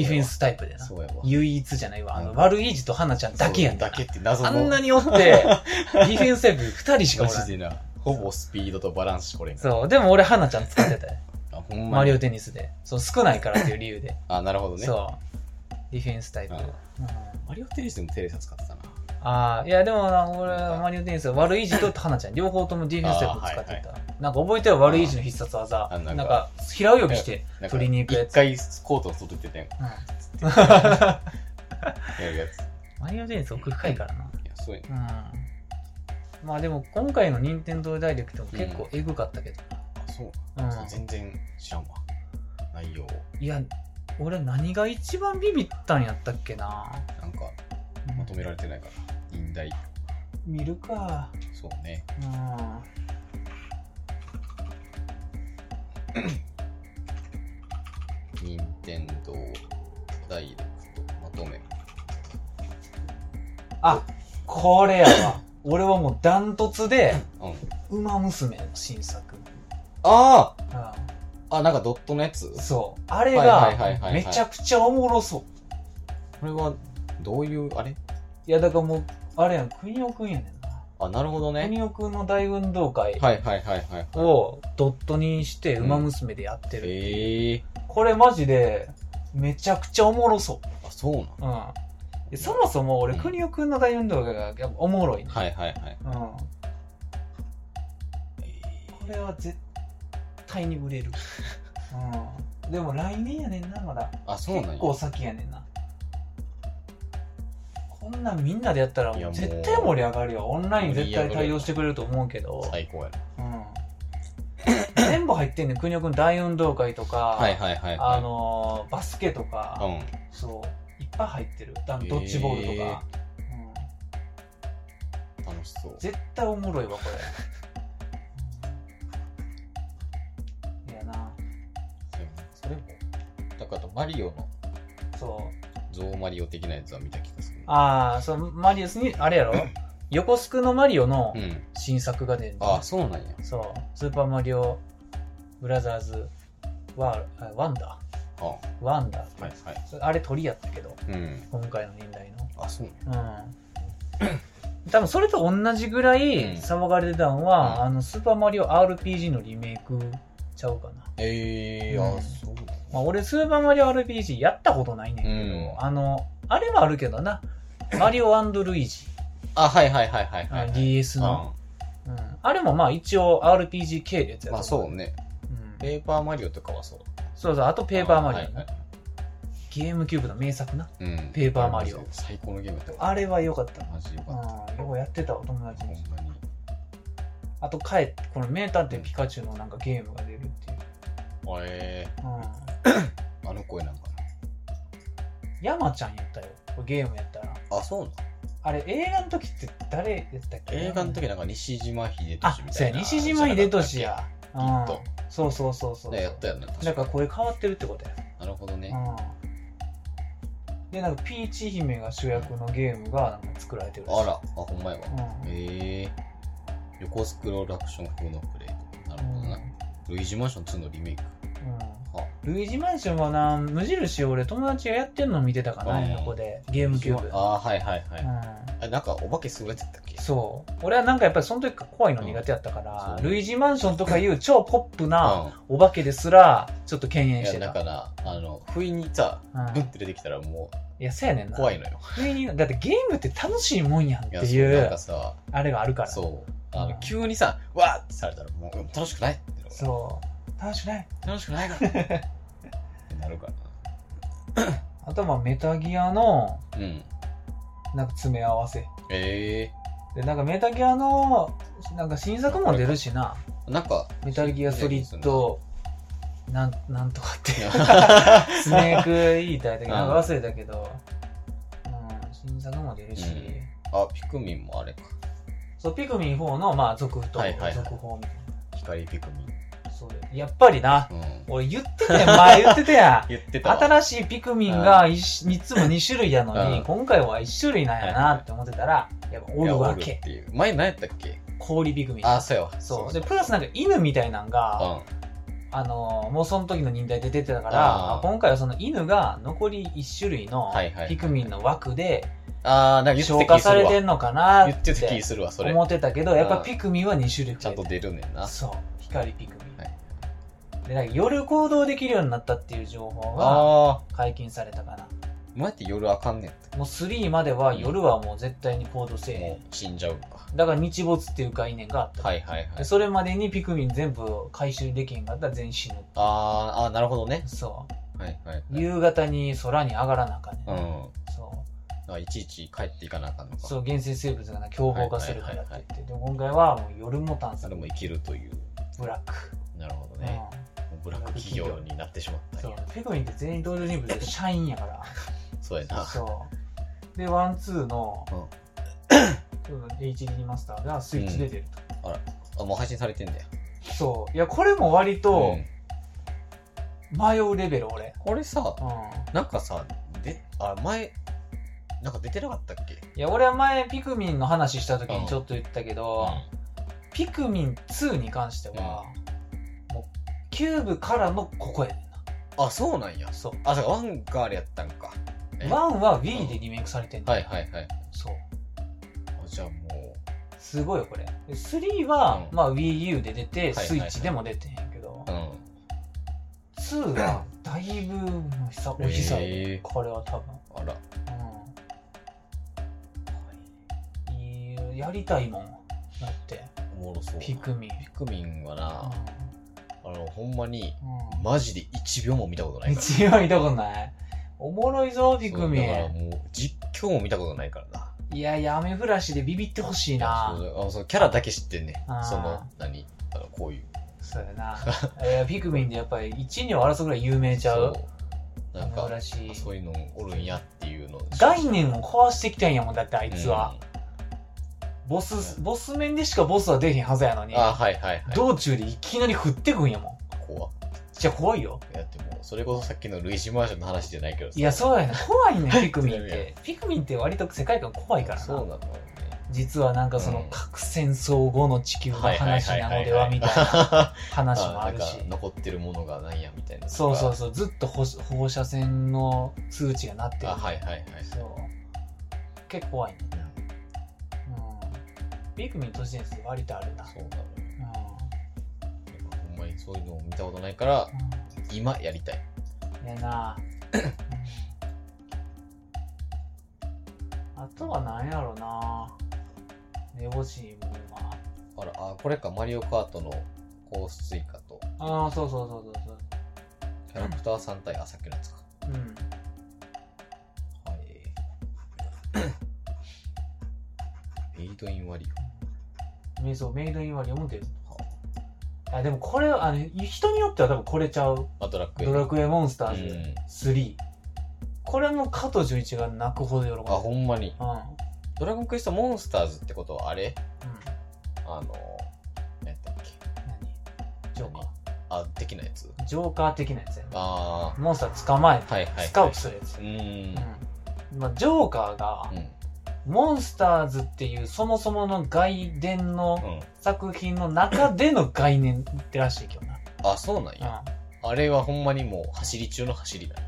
ィフェンスタイプでな。
そうやわ。
唯一じゃないわ。あ
う
の、
ん
悪い字と花ちゃんだけやん
だ
な。
けって謎の。
あんなにおって、ディフェンスタイプ2人しかお
マ
ら
ジ
ん。
でな。ほぼスピードとバランスしこれんから。
そう。でも俺、花ちゃん使ってたよ。
あ、 [LAUGHS] ほんまに
マリオテニスで。そう、少ないから
[LAUGHS]
っていう理由で。
あ、なるほどね。
そう。ディフェンスタイプ。
う
うんん
マリオテニスでもテレサ使ってたな。
ああ、いや、でもな、俺、マリオテニスは悪い字と花ちゃん、両方ともディフェンスタイプ使って
あ
た。なんか覚えてる悪い字の必殺技。
あな
なんん
か
か、平泳ぎして。
なんか
取りに行くやつ
一回コートの外出てたやん。
うん
[LAUGHS] やるやつ。い
マリオテニス奥深いからな。
や、そうやね。
うんまあでも今回の任天堂ダイレクトも結構エグかったけど、
あ、そう。
うん
全然知らんわ。内容。
いや俺何が一番ビビったんやったっけな、
なんか、
うん
まとめられてないから。引大。
見るか
そうね。
うん
任天堂ダイレクトまとめ。
あこれやわ [LAUGHS] 俺はもうダントツで
うん。
「ウマ娘」の新作、
ああ
う
あ、なんかドットのやつ
ん、そうあれ
は
が
いはいはいはいはい
めちゃくちゃおもろそう
これは、どういう、あれ
いやだからもうあれやんクニオくんやねんな
あ、なるほ
ク
どね。
ニオくんの大運動会
はいはいはいはい。
をドットにして「
う
ウ
ん
マ娘」でやってる、
ええ
これマジでめちゃくちゃおもろそ
あ、そうなん。
う、うんで、そもそも俺
うん
邦オくんの大運動会がやっぱおもろいね、
はいはいはい。
うん、これは絶対に売れる、うん、でも来年やねんなまだ
あ、そうなん
結
や。
構先やねんなこんなんみんなでやったら
いやもう
絶対盛り上がるよオンライン絶対対応してくれると思うけど、
最高やな。
うん、全部入ってんね [COUGHS] ん邦オくん大運動会とか、
はいはいはい。
あ、のーバスケとか、
うん。
そう。いっぱい入ってる。だドッジボールとか。うん
楽しそう。
絶対おもろいわ、これ。
[LAUGHS]
いやな。
それも、だからマリオの
そう。
ゾウマリオ的なやつは見た気がする。
ああ、そのマリオスに、あれや
[LAUGHS]
ろ横須賀のマリオの
うん。
新作が出るの、
あ、そうなんや。
そう。スーパーマリオブラザーズワールあワンダ
あ、は
ーワンダー。
いはい。
それあれ鳥やったけど、
うん。
今回の年代の。
あ、そうなんや。
う
[LAUGHS]
ん。多分それと同じぐらい
うん
騒がれてたのは、
うん
あの、スーパーマリオ RPG のリメイクちゃうかな。
ええ
う
あ、
ん
そうなんや。
まあ、俺、スーパーマリオ RPG やったことないねんけど、
うん
あの、あれもあるけどな、マリオルイージ、
あ、はいはいはいはいはい。
DS の、
う
うんあれもまあ一応 RPG 系列
ん
や
まあ
と
そ
思
うね。
うん
ペーパーマリオとかはそう。
そうそう、あとペーパーマリオ
はい
ね、
はい
ゲームキューブの名作な。
うん。
ペーパーマリオ
最高のゲームやったわ
あれは良かった。
マジよかっ
うん、ようやってたお友
た。
達
ほん
に。
まに。
あと、帰って、この名探偵ピカチュウのなんかゲームが出るっていう。
あれ、
うん。
あの声なんか
山ちゃんやったよ。これゲームやったら。
な。あ、そうなん
あれ、映画の時って誰やったっけ
映画の時なんか西島秀俊みた
あ
いな。、
そうや、西島秀俊。や。う
きっ
ん
と。
そうそうそうそう。
ね、やったよね。確
なんか声変わってるってことや。
なるほどね。
うん。で、なんかピーチ姫が主役のゲームがなんか作られてるらしい
あら、あ、ほんまやわ。
うん
えー、横スクロールアクション風のプレイ。なるほどな。ルイージマンション2のリメイク。は
うんルイージマンションはな、無印俺友達がやってんの見てたかな、
うん
横で。ゲームキューブ。う
あー、はいはいはい。
ん。
あなんかお化けすごいやつやったっけ
そう。俺はなんかやっぱりその時から怖いの苦手やったから
う、んそう
ルイージマンションとかいう超ポップな
う
お化けですら、ちょっと敬
ん。
遠
い
し
や、
て
だ
た。
から、あの、不意にさ、
う
ブ
ん
ンって出てきたらも
いや、そうやねん
う
な。
怖いのよ。
不意にだってゲームって楽しいもんやんっ
い
て
や、
い
そうなん
う
かさ、
あれがあるからそう
そう。あ
う
の
ん、
急にさ、わーってされたらもううん楽しくないってなる
楽しくない
楽しくな
[LAUGHS]
いから。ってなるから
あとはまあメタギアの
な。うん。
なんか詰め合わせ
え
でなんかメタギアのなんか新作も出るしな
ー、なんか、
メタルギアソリッ
[LAUGHS]
ドなんなんとかって
いや。
スネーク言いたいだけど
うん
なんか忘れたけど、うん、新作も出るし、
うんあ、ピクミンもあれか。
そうピクミン4のまあ続報、
はいはいはい
続報みたい
光ピクミン。
なそうやっぱりな
うん。
俺言ってたやん前言ってたやん
言ってたわ。
新しいピクミンが 1, つも2種類やのに、
うん
今回は1種類なんやなって思ってたら、やっぱお
いや
る
お
わ
る
け
っ。ていう。前何やったっけ
氷ピクミン。
あ、そうやわ。
そう。
そ
で、
う
プラスなんか犬みたいなんが、
うん。
あのーもうその時の忍耐で出てたから、
あー
あ今回はその犬が残り1種類の
はいはいはい
ピクミンの枠で
あー、なんか言ってた
消
気
化
す
さ
る
れ
わ
て。んのかな
言
っ
ってた気
て
するわ、それ。
思ってたけど、やっぱ
うん
ピクミンは2種類増え
ちゃんと
て
出るねんな。
そう。光ピクミン。
はい
で、なんか夜行動できるようになったっていう情報が
あ
解禁されたかな。
ー、もうやって夜あかんねんって。
もう3までは夜はもう絶対に行動せえへ
もう死んじゃうんか。
ん。だから日没っていう概念があった。
はいはいは
で
い。
それまでにピクミン全部回収できへんかったら全員死ぬ。
あー、あーなるほどね。
そ。
はいはいうはい。
夕方に空に上がらなあかんねん。
うん。
そ
あいちいち帰っていかなあかん
う。
のか。
そう、原生生物がな凶暴化するからって言って。で、今回はもう夜も探
そ
索
れ、も生きるという。
ブラック。
なるほどね。もうブラック企業になってしまっ
うん
た
そ
ん
う
や。。
ピクミンって全員登場人物で社員や
[LAUGHS]
か
そうや
ら。
な。
そう。で、ワン、ツーの、そうだ HD マスターがスイッチで出ると。
あ、もう配信されてんだよ。
そう。いや、これも割と
うん
迷うレベル、俺。
これさ
う、ん。
なんかさ、で、あ、前、なんか出てなかったっけ
いや、俺は前、ピクミンの話した時にちょっと言ったけど、ピクミン2に関しては、もう、キューブからのここやねんな。
あ、そうなんや。
そう。
あ、そうか、ワンがあれやったんか。え
1は Wii でリメイクされてんの。
はいはいはい。
そう。
あじゃあも
すごいよ、これ。で3は、
うん
まあ Wii U で出て、
いはいはい
スイッチでも出てんやけど
う、う、ん。
2は、だいぶの久々、お久々
へー
これは多
あら。
分。うん。いいやりたいもん。だって、
おもろそう。
ピクミン。
ピクミンはな、あの、ほんまに、
うん
マジで1秒も見たことないから。
一応見たことないおもろいぞピクミ
そうだから
ン
もう、実況も見たことないからな。
いやいや雨降らしでビビってほしい
そう
な
だよあそうキャラだけ知ってんね
あー。
その、何あの、こういう。
そうやないやピクミンでやっぱり一二を争うぐらい有名ちゃう
そうなん
雨降ら
か、
し
そういうのおるんやっていうのを
概念を壊してきたんやもんだってあいつは、、ボス
うん
ボス面でしかボスは出へんはずやの
う
に
んあ、はいはいはい。
道中でいきなり降ってくんやもん
怖っ
じゃあ怖いよ
いや、でも、それこそさっきのルイージマンションの話じゃないけどさ
いやそうやな怖いねピクミンっ
いやい
てピクミンって割と世界観怖いから
そうな
な
のよね。
実はなんかその
うん
核戦争後の地球の話なのではみたいな
な
話もあるし
なんか残ってるものがなんやみたいな。
そうそう
そ
そうずっと放放射線の数値がなってる
あ、はいはいはい。
そう結構怖いね、うん、ビクミン都市伝説割とあるな、
そうなのよ。
うん
なんかほんまにそういうのを見たことないから、今やりたい。
うん、やなうんあとは何やろな寝ぼしいもんは
あら、あ、これか、マリオカートのコース追加と、
ああそうそうそうそう
キャラクター3体、あ、さっきのやつか。
そううん [COUGHS]
イドインワリ
瞑想メイドインワリオも出るあでもこれあの人によっては多分これちゃう
オ。あ、ドラ
「
クエ。
ドラクエモンスター
う
ズ
ん。
3」これも加藤純一が泣くほど喜ん
あ、ほ
でる
んまに。
うん、うん、
ドラゴンクエストモンスターズってことはあれあの、何やったっけ
何ジョーカ
あ、的なやつ
ージョーカー的なやつやな
あ
モンスター捕まえ
あ、はいは
て
い。
スカウトするやつ、
うーん。
うんまあ、ジョーカーが
うん。
モンスターズっていうそもそもの外伝の
うん。
作品の中での概念ってらしいけどな、
あ、そうなんや。
う
あれはほんまにもう走り中の走りなんや。
ん、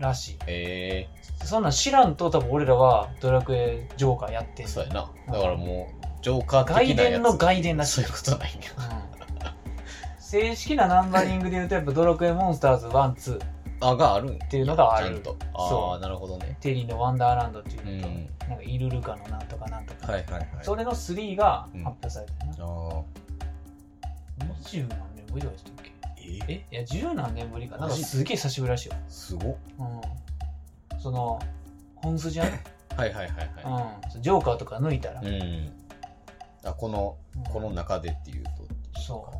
らしい
へ
そんなん知らんと多分俺らはドラクエジョーカーやって
え、
ん
そうやな。だからもう、ジョーカー
外
的なや
伝
つ。
の外伝らし
そ
い、
ういうことないんや。
うん正式なナンバリングで言うとやっぱドラクエモンスターズ12
[LAUGHS] あ、があるん
ていうのがある
ちゃんと。
そ
あ
う
あ、なるほどね。
テリーのワンダーランドっていう
う
のと、
ん。
なんかイルルカのなんとかなんとか、
はいはいはい。
それの3が
うん
発表されたよな、
あ
20何年ぶりとかでしたっけ
あ。え
えいや十何年ぶりかななん
マ
か
ジ
すげえ久しぶりらしいよ、
すごっ
うん、その本筋
[LAUGHS]
じゃん、
はいはいはいは
うん、ジョーカーとか抜いたら、
い。うん。あ、この、
うん
この中でっていうと、
そ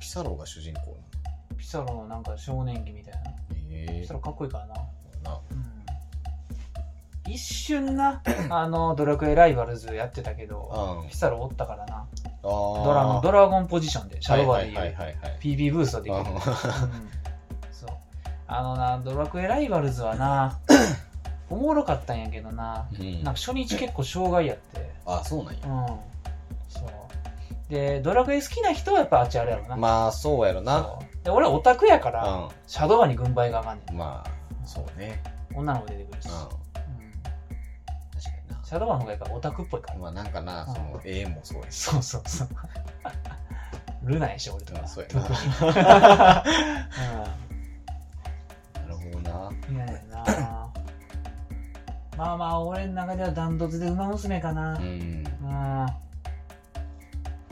ピサロが主人公
うピサロのなんか少年期みたいな
なの。え
ピ
え
サロかっこいいからな、
な。
うん、一瞬
[LAUGHS]
なあのドラクエライバルズやってたけど
あ
ピサロおったからな
あ。
ドラのドラゴンポジションでシャドーバーで
はいはい
言う
はいはい。
PB ブーストで言ううんそうあのなドラクエライバルズはな [COUGHS] おもろかったんやけどな
うん
なんか初日結構障害やって
あ、そうなん
う
や。
んそうでドラクエ好きな人はやっぱあっちあれやろな、
まあ、そうやろな。
そうで俺はオタクやか
う
らシャドーバーに軍配が上がんね
ん。まあ、そうね。
ん女の子出てくるし、
うん。確か
うん
にな。
シャドーバーの方がやっぱオタクっぽいから
まあなんかな、その絵もそうやし。
そうそうそう [LAUGHS] ルナやし俺とか
あそうや
特に [LAUGHS]
な。なるほどな。
うん嫌やなまあまあ俺の中ではダントツで馬娘かな、
うん。
うん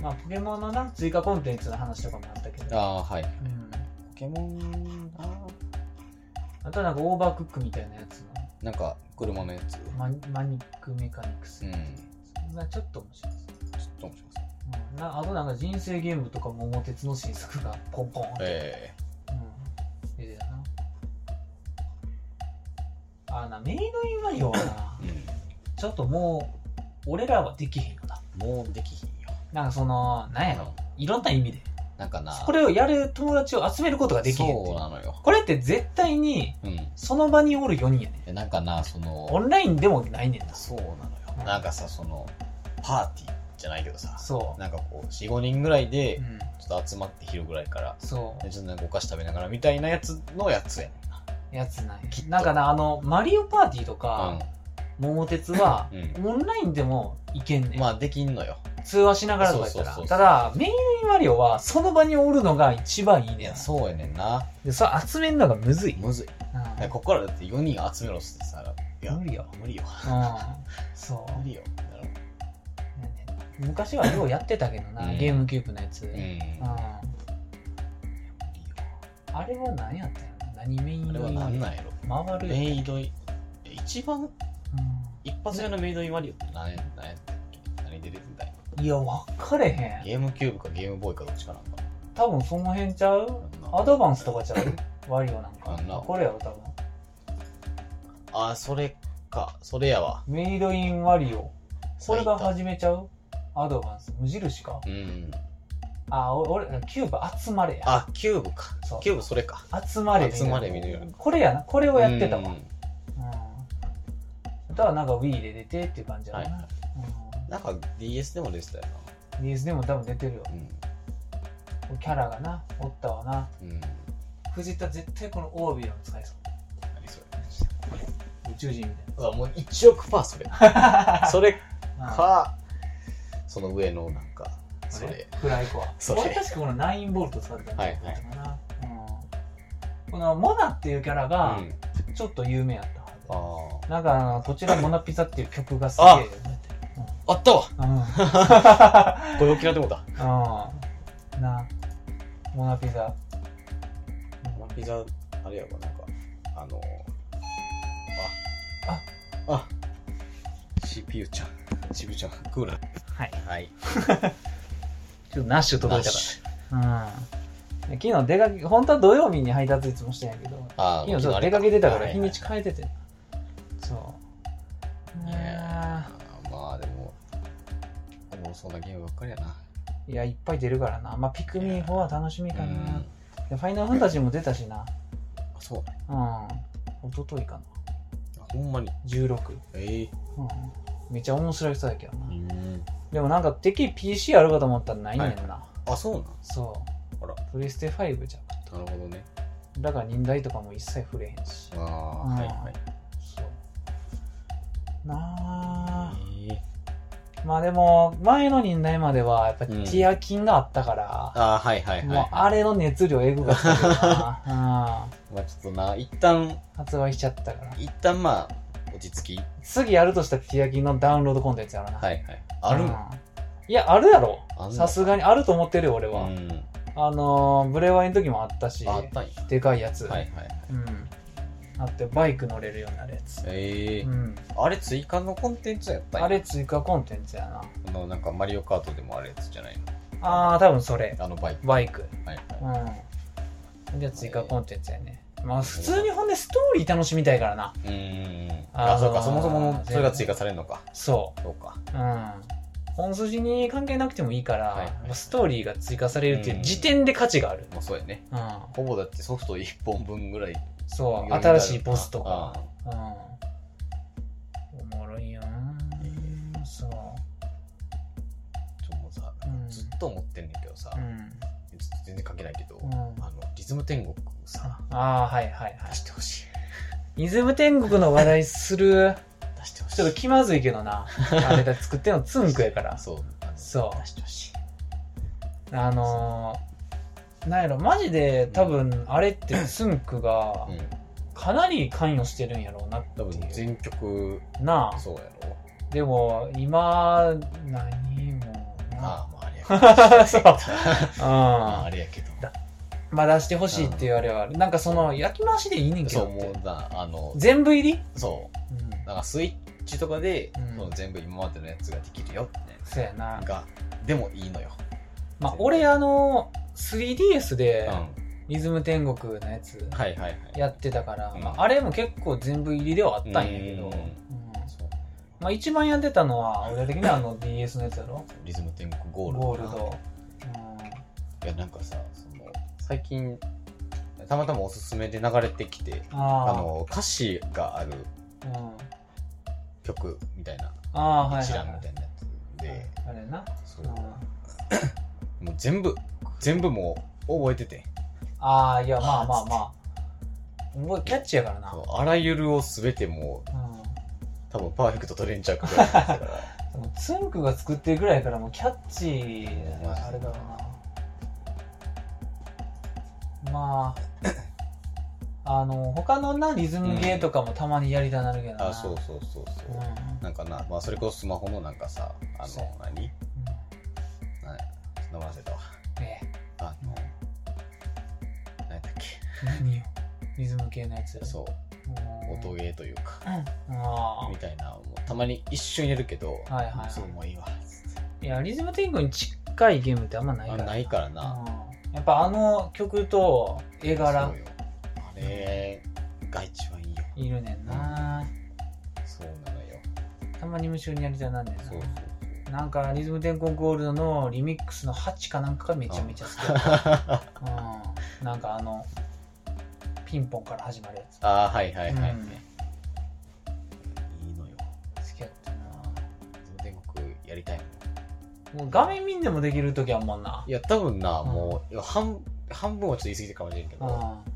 まあ、ポケモンのな追加コンテンツの話とかもあったけ
あ
ど、
あ、はい。ポ
うん、
ケモン、あ
あとなんかオーバークックみたいなやつ
ーなんか、車のやつ。
のママニックメカニクス、
うん。ちょ
まあちょっと面白いです、
っと面白そう。
うんなあとなんか人生ゲームとか桃鉄の新作がポンポンって、
え
うん、出てたなあーなメイドインワリオはな
え
ちょっともう俺らはできへんよな
もうできひんよ。
なんかそのなんやろいろんな意味で
なんかな。
これをやる友達を集めることができへんってい
そううなのよ。
これって絶対に
うん。
その場におる4人やねん
でなんかな、その、
オンラインでもないねんな
そうなのよ。なんかさ、その、パーティーじゃないけどさ、
そう、
なんかこう、4、5人ぐらいで
う、ん、
ちょっと集まって昼ぐらいから、
そ
でちょっとなんかお菓子食べながらみたいなやつのやつやねんな。
うやつなんや
きっと
なんかなあのマリオパーティーとか、桃鉄
[LAUGHS]
は
うん。うん。
オンラインでもいけんねん、
まあ、できんのよ。
通話しながらとかやったら
そうそうそうそう
ただメインマリオはその場におるのが一番いい
い
ねん
や、そうやねんな。
でそれ集めんのがむずい、
むずい。だ
うん
からここからだって4人集めろっつってさ、いや
無、理よ、
無理よ。
うん、そ
無理よ。なる
う昔はようやってたけどな、
うん
ゲームキューブのやつ、う
ほど
んあれは何やったんやろ何メイン
うん。無理よ。あれはなんなんやろ。
回るやつ
メイドイン、一番、
う
一発目のメイドインマリオって何や何やったっけ何出てたんや
んいや分かれへん
ゲームキューブかゲームボーイかどっちかなんか。
多分その辺ちゃうアドバンスとかちゃ
[LAUGHS]
うワリオなんか
あんな
これやろ多分
あ、それか。それやわ。
メイドインワリオこれが
最
始めちゃうアドバンス無印か
多うん。
あお俺キューブ集まれや
あ、キューブか
そう。
キューブそれか。
集まれ
集まれみたいな
これやなこれをやってたわ
う
うんんあとはなんか Wii で出てっていう感じや
は。
ない
なんか DS でも出てたよ
DS でも多分出てるよ
な。う。
キャラがなおったわなん
うん。
藤田絶対このオービラの使いそう
何それ。
宇宙人みたいう
わ、もう1億パー
[LAUGHS]
それ。それ
なうん
か、その上のなんか、それ。
フライコア
それ
俺確かこの9ボルト使ってたんだ
は
よ
いはい
なうんこのモナっていうキャラ
う
が
ん。
ちょっと有名やったはず、
あ
なんかあのこちらモナピザっていう曲がす
ああ。あったわ
げえ、うん
これ大きなってことだ。
[LAUGHS] うん、なモナピザ
マピザ、あれやろ、なんか、あの、あ、あ、シピュちゃん。シピュちゃん。クールだ。
はい。
はい。
ちょっとナッシュ届いた
ナッ
か
シュ
ら。うん。で昨日出かけ、本当は土曜日に配達いつもしてんやけど、
あ
昨日ちょっと出かけてたから日にち
か。
変えてて。そう。
い
い
や
や
ーまあでも、おもろそうなゲームばっかりやな。
ーいや、いっぱい出るからな。まあ、ピクミン4は楽しみか
うん
な。でファイナルファンタジーも出たしな。
あ、そう。
うん。一昨日かな。
あほんまに。
16。
ええ
うん。めっちゃ面白い人だけどな。
ん。
でもなんか、敵 PC あるかと思ったらないねんな。
あ、そうなん。
そう。
あら
プレステ5じゃん。
なるほどね。
だから忍耐とかも一切触れへんし。
ああ、
うん
はいはい。
そう。なあ。
ええ
まあでも、前の忍耐までは、やっぱテ
うん
ィアキンがあったから、
ああ、はいはいはい。
もうあれの熱量エグかったけど
[LAUGHS]
な。うん
まあちょっとな、一旦、
発売しちゃったから。
一旦まあ、落ち着き。
次やるとしたらティアキンのダウンロードコンテンツやろな。。
はいいはい。あるの
いや、あるやろ
あん。の
さすがにあると思ってるよ、俺は。
うん。
あのー、ブレワイの時もあったし、
あったんや。
でかいやつ。
はいはいはい。
うん。あって、バイク乗れるようになるやつ。
ええ
うん。
あれ追加のコンテンツやったんや
あれ追加コンテンツやな。
あのなんかマリオカートでもあるやつじゃないの
あー、多分それ。
あのバイク。
バイク。
はいはい。
うん。じゃあ追加コンテンツやね。まあ普通にほんでストーリー楽しみたいからな。
うーん。
あ
あ
ー
そうか、そもそものそれが追加されるのか。
そ
そうか。
う。うん。本筋に関係なくてもいいから、
はいはい
ストーリーが追加されるっていううん時点で価値がある。
まあそうやね。
うん。
ほぼだってソフト1本分ぐらい。
そう。
余裕がある
新しいボスとか。うん。おもろいよな
え
そう。
ちょもうさ、
うん
ずっと思ってんねんけどさ、
うん。
ちょっと全然関係ないけど、
うん
あの、リズム天国さ、
ああ、はいはいは
出してほしい。
い。イズム天国の話題する。
出してほしい。
ちょっと気まずいけど
[LAUGHS]
な。あれだって作ってんのつんくやから。
そう。あの
そう
出してほしい。
あのー、なんやろ、マジで多分、あれってつんくが
うん。
かなり関与してるんやろうなって
多分
いう。
全曲、
なあ、
そうやろ。
でも、今、何もな。
ああ、まああれや
[LAUGHS]
[LAUGHS] けど。
そう。
ああ
う
あれやけど。
ん。まあ出してほしいっていうあれはある。なんかその、焼き回しでいいねんけ
そ
ど
う、
っ
も
て
う。な、あの、
全部入り
そう。
うん。
なんかスイッチとかで、
うん
その全部今までのやつができるよって、
そうやな。
がでもいいのよ、
まあ俺、あの、3DS で
うん、、
リズム天国のやつ
はいはいはい
やってたから、
うん
まああれも結構全部入りではあったんやけ
う
ど
ん、
うん
そう
まあ、一番やってたのは、俺的にはあの DS のやつだろ
リズム天国ゴールド
ゴールド。
いやなんかさその最近たまたまおすすめで流れてきて
あ
あ
あ
の歌詞がある
うん、あ
曲みたいな
あ、はい、はい。
一覧みたいなやつで、
あれな。
そう
うん
もう全部全部もう覚えてて
ああ、いや、まあまあまあ。すごいキャッチやからな。。
そううあらゆるを全てもうん多分パーフェクト取れんちゃうかぐらいだったから
[LAUGHS] でもつんくが作ってるぐらいやから、もうキャッチ
うん、
あれだろうな。ま
[COUGHS]
あ、あの、他のな、リズムゲーとかもたまにやりたなるけどな。
あそうそうそうそう、
うん。うん
なんかな、まあ、それこそスマホのなんかさあ
そう
の何何飲ませたわ
ええ
あの何だっけ
何よ。リズム系のやつ。
そう
うん
音ゲーというか
うんあ
みたいなもうたまに一瞬入れるけど、
あはいはい
そうもういいわ
いやリズム天国に近いゲームってあんまない
あ
から
ないからな
うんやっぱあの曲と絵柄
そうよあれが一番いいよ
いるねんな、
そうなのよ
たまに夢中にやりたなんねんな
そうそうそう
なんかリズム天国ゴールドのリミックスの8かなんかがめちゃめちゃ好き、
あ [LAUGHS]
うん、なんかあのピンポンから始まるやつ、
あーはいはいはい、
うん
いいのよ
好きやったな
全国やりたいもん
もう画面見んでもできる時はもんない
や多分な、
うん
もう半半分はちょっと言い過ぎてるかもしれんけど、
う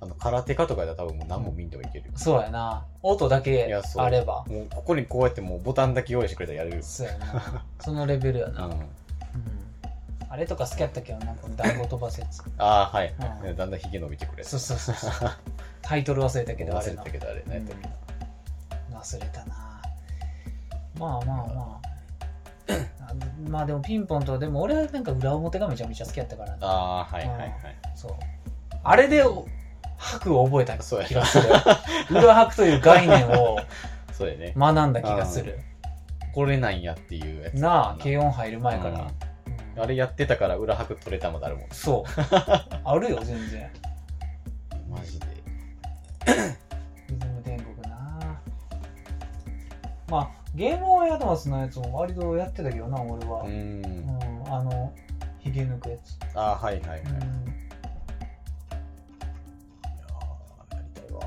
あの空手家とかだったら多分もう何も見んでもいけるよ
ん、そうやな音だ
い
け
やそう
あれば
もうここにこうやってもうボタンだけ用意してくれたらやれるよ
そうや
[LAUGHS]
なそのレベルやな、
うん
あれとか好きやったけどな、この団子飛ばすやつ。
ああはい、
うん
だんだんひげ伸びてくれ
そう
う
そうそうそう。
[LAUGHS]
タイトル忘れたけど、あ
忘
れ
れ
の
た。けどあれ何やったっけな
うん忘れたな。まあまあまあ。あまあでもピンポンと、でも俺はなんか裏表がめちゃめちゃ好きやったからな。
ああはいはいはい、
そう。あれで、白を覚えた
そう
[LAUGHS]
や
気がする。裏白という概念を
そうやね
学んだ気がする。
これなんやっていうやつ
なあ軽音入る前から、
うんあれやってたから裏拍取れたまであるもん
そう
[LAUGHS]
あるよ全然
マジで
リズム天国なまあゲームオンアドバンスのやつも割とやってたけどな俺は
う、ん
うん、あのひげ抜くやつ、
あーはいはいはい、
う
い
ん、
やーやりたいわ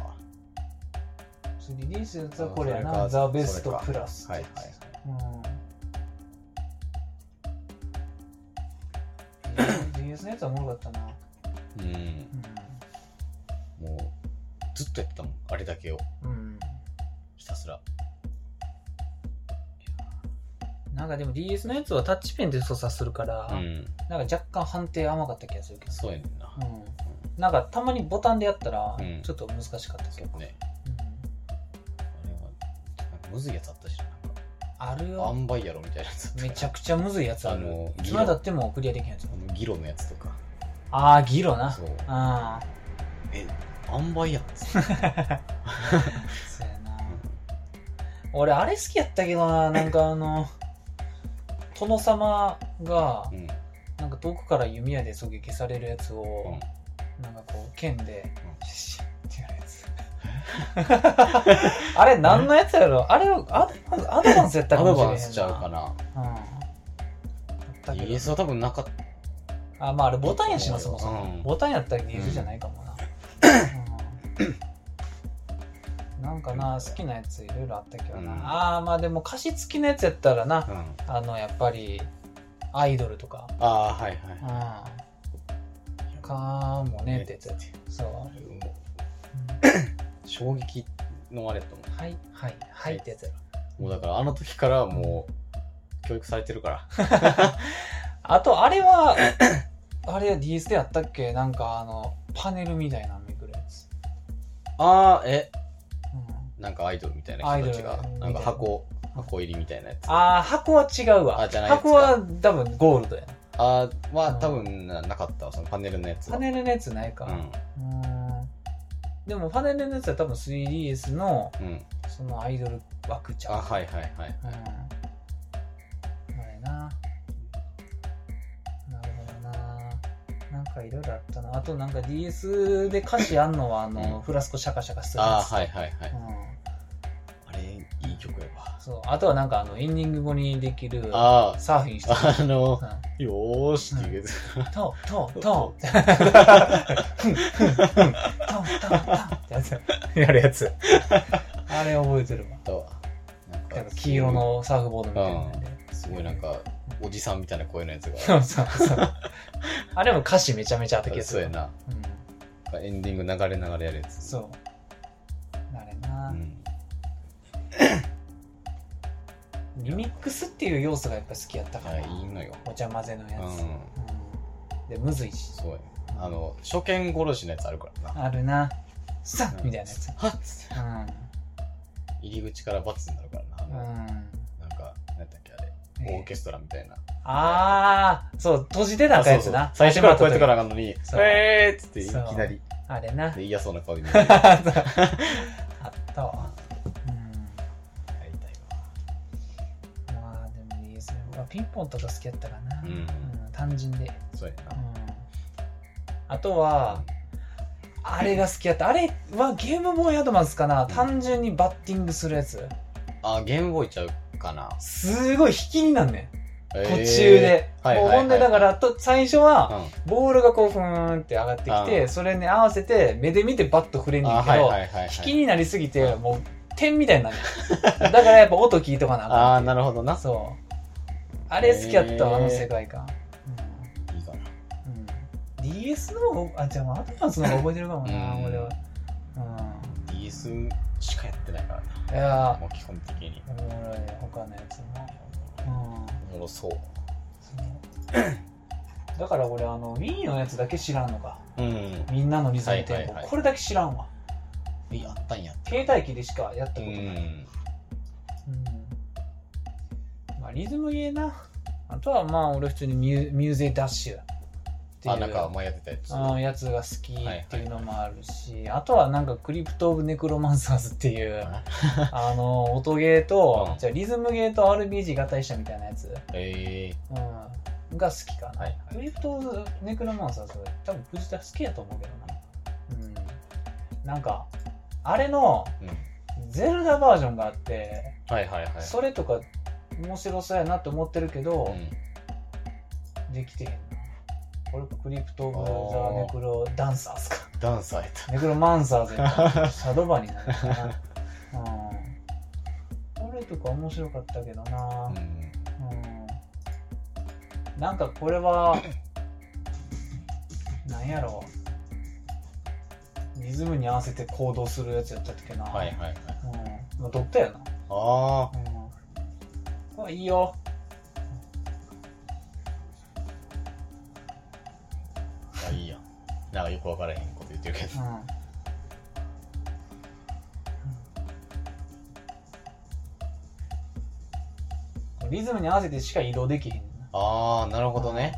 3D スーツはこれや
あ
な
それか
ザ・ベストプラス
はいはい
うん DS のやつはおもろかったな、
うんもうずっとやってたもんあれだけを
うんうん、
ひたすら
なんかでも DS のやつはタッチペンで操作するから、
うん
なんか若干判定甘かった気がするけど
そうやねんな
うん、なんかたまにボタンでやったら
うん
ちょっと難しかったけど、
ね
うん
あれはなんかむずいやつあったしななんか
ある
あ
よ
んばいやろみたいなやつあった
めちゃくちゃむずいやつあ
あ
る
のギロ
今だってもうクリアできないやつ
あのギロのやつとか
ああギロな
そう
ああ
えあんばいや
[LAUGHS]
んっつって
そうやな俺あれ好きやったけどななんかあ
[LAUGHS]
の殿様が
うん
なんか遠くから弓矢で狙撃されるやつ
う
を
ん、
なんかこう剣で
う
シュッってやるやつ [LAUGHS] あれ何のやつやろあれアドアドバンスやった
ア
かも
ド
しれへん
バ
な
ンスちゃうかな
うんあったけど
DS は多分なかった
あまああれボタンやしなそもそも、
うん
ボタンやったら DS じゃないかもな、うんなんかな好きなやついろいろあったけどな、
うん
ああまあでも歌詞付きのやつやったらな
うん
あのやっぱりアイドルとか
ああはい
うん
は
かもねってやつやってそう、 [LAUGHS]
い、
うん
衝撃のあれやと思
はいはいはいってやつやろ
うもうだからあの時からもう教育されて
[LAUGHS]
るから
あとあれはあれ DS でやったっけなんかあのパネルみたいなのめくるやつ、
ああえ
うん、
なんかアイドルみたいな人たち
アイ
が
ドルみた
ないん
な
か箱箱入りみたいなやつあ
ああ箱は違うわ
あじゃないやつか
箱は多分ゴールドやな
あーは
うん
多分ななかったわそのパネルのやつは
パネルのやつないかうんでもパネルのやつは多分 3DS の
うんうん
そのアイドル枠ちゃう
あはいはいはい
うんあれななるほどななんかいろいろあったなあとなんか DS で歌詞あんのはあの、
うん
フラスコシャカシャカするやつ
ああはいはいはい、
うん
あれいい曲やわ
そうあとはなんかあのエンディング後にできる
あ
サーフィンして
ああ
うん
の [LAUGHS] よーしって言うやつ
トントントントントントンってやつ [LAUGHS] やるやつあれ覚えてるわ
だわなん
なん
か
か黄色のサーフボードみたいなんです
ごいなんかおじさんみたいな声のやつ
そ
が
うそうそうあれも歌詞めちゃめちゃあった気がす
そう
る
やな
うん
エンディング流れ流れやるやつう、
そうあれな、
ん、
リミックスっていう要素がやっぱ好きやった
だ
か、
かららいいのよ
お茶混ぜのや
う
つ、
ん
うんでむずいし
そうやあの初見殺しのやつあるからな
あるなさ
うん
みたいなやつ
はっつって
う
入り口からバツになるからな、
ん、うん
なんか何やったっけあれオーケストラみたいな
ああ、そう、閉じてなあかんやつな。。
そうそう最初からこうやってかららなのに「
そう
えー!」っつっていき
そう
なり
あれ [LAUGHS] な。
で嫌そうな顔で見
あ
られる
ったわ。うん。
やりたいわ
まあ、でもいいですね。僕はピンポンとか好きやったかな。
うん
ん単純で。
そうや
う。
なん
あとは、あれが好きやった。あれはゲームボーイアドバンスかな。単純にバッティングするやつ。
あゲームボーイちゃうかな
すごい引きになんねん。
途
途中で。
はいはい
もう
はい
ほんで、だから、と最初は、
うん
ボールがこうふーんって上がってき
う
て、それに合わせて目で見てバッと触れんね
あ
んけ
はい
ど
は、いはいはい
引きになりすぎて、もう点みたいになる。だからやっぱ音聞いとかなあ
あ
か
あ
ん
なるほど
っ
な
ていう。そう。あれ好きやったわ、
へー
あの世界観。
いいかな
うん。うん、DS の方が、あ、じゃあアドバンスの方が覚えてるかもな、
うん
俺は。
DS しかやってないから
うん。いや
なもう基本的に
ー、おもろい、他のやつも。うん。
おもろそう
そうだから俺、あの、Wii のやつだけ知らんのか。
うん
みんなのリズム
は
テ
い
ン
はいはい
ポ。これだけ知らんわ。
やったんやって
携帯機でしかやったこと
う
ない。
ん
うんまあ、リズムゲーな。あとはまあ、俺普通にミュミューゼダッシュ。ってい
あ、なんか
う。
前やってたやつ。
うん、やつが好きっていうのもあるし、あとはなんかクリプト・オブ・ネクロマンサーズっていう、あの、音ゲーと、
うん
じゃあリズムゲーと RPG 合体したみたいなやつ、
え
うん、が好きかな。
はいはい
クリプト・オブ・ネクロマンサーズは多分藤田好きやと思うけどな。うん。なんか、あれの
ー、うん。
ゼルダバージョンがあって、
はいはいはい。
それとか面白そうやなって思ってるけど、
うん
できてへんな。これクリプト・オブ・ザ・ネクロダンサーズ
[LAUGHS]
か。
ダンサーやった。
ネクロマンサーズやったら
[LAUGHS]
シャドバになるかな。うん。これとか面白かったけどな
う。ん。
うん。なんかこれは、なんやろう。リズムに合わせて行動するやつやったっけな。
はいはいはい。
うん。まあ、取ったよな。
あ
うん。これいいよ。
ー、あいいやん。なんかよくわからへんこと言ってるけど。
うんリズムに合わせてしか移動できへんねんな
あー、なるほどね。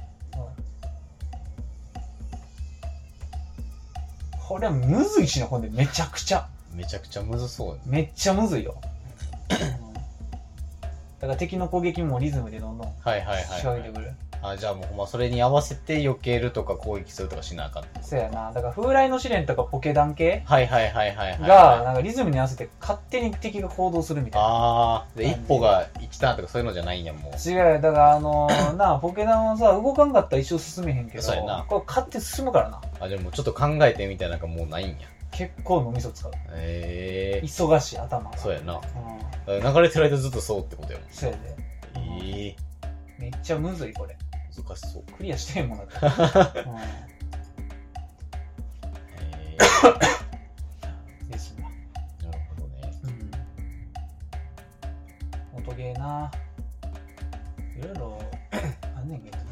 これはむずいしなほんでめちゃくちゃ
めちゃくちゃむずそう。
めっちゃむずいよ [COUGHS] うんだから敵の攻撃もリズムでどんどん
はいはい
仕
は
掛
い、
け
は
てく
い。
る、
あ、じゃあもうほんまそれに合わせて避けるとか攻撃するとかしなあかん。
そうやなだから風来の試練とかポケダン系
はいはいはいはい、はい。
がなんかリズムに合わせて勝手に敵が行動するみたいな
あー、で、一歩が一ターンとかそういうのじゃないんや、もう。
違うよだからあのーなあポケダンはさ動かんかったら一生進めへんけど
そうやな
これ勝手に進むからな
あ、じゃあもうちょっと考えてみたいなんかもうないんや。
結構脳みそ使う
ええー。
忙しい頭が
そうやな。
うん
だから流れてる間ずっとそうってことやも
そうやで
ん。ええ
めっちゃむずいこれ
ー。難しそう。
クリアしてへんもんだってう
え
んですね
ー、なるほどね。
うん音ゲーないろい
[CLEARS THROAT]
ろあんねんけどな、
いや、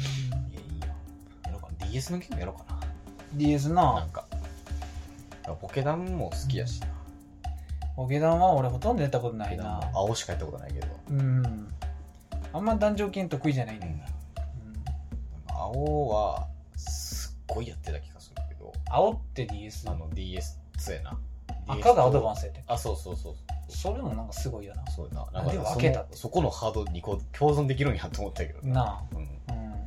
いいや。やろうかな。DS のゲームやろうか
うん、DS
な。な
なん
か。なんかポケダンも好きやしな。
ポケダンは俺ほとんどやったこと
ポ
な
ケ
い
ダ
な
ンも青しかやったことないけど。
うんあんま壇上系得意じゃないねんな、うん
青は、すっごいやってた気がするけど、
青って DS
あの DS 強えな。
赤がアドバ
ン
ンスやって
あ、そうそうそう。
それもなんかすごいよな
そうや
な
な。
ん
な
で
んか
分
そ
けたっ
の、そこのハードにこう共存できるんやと思ったけど。
な
うん。
あうん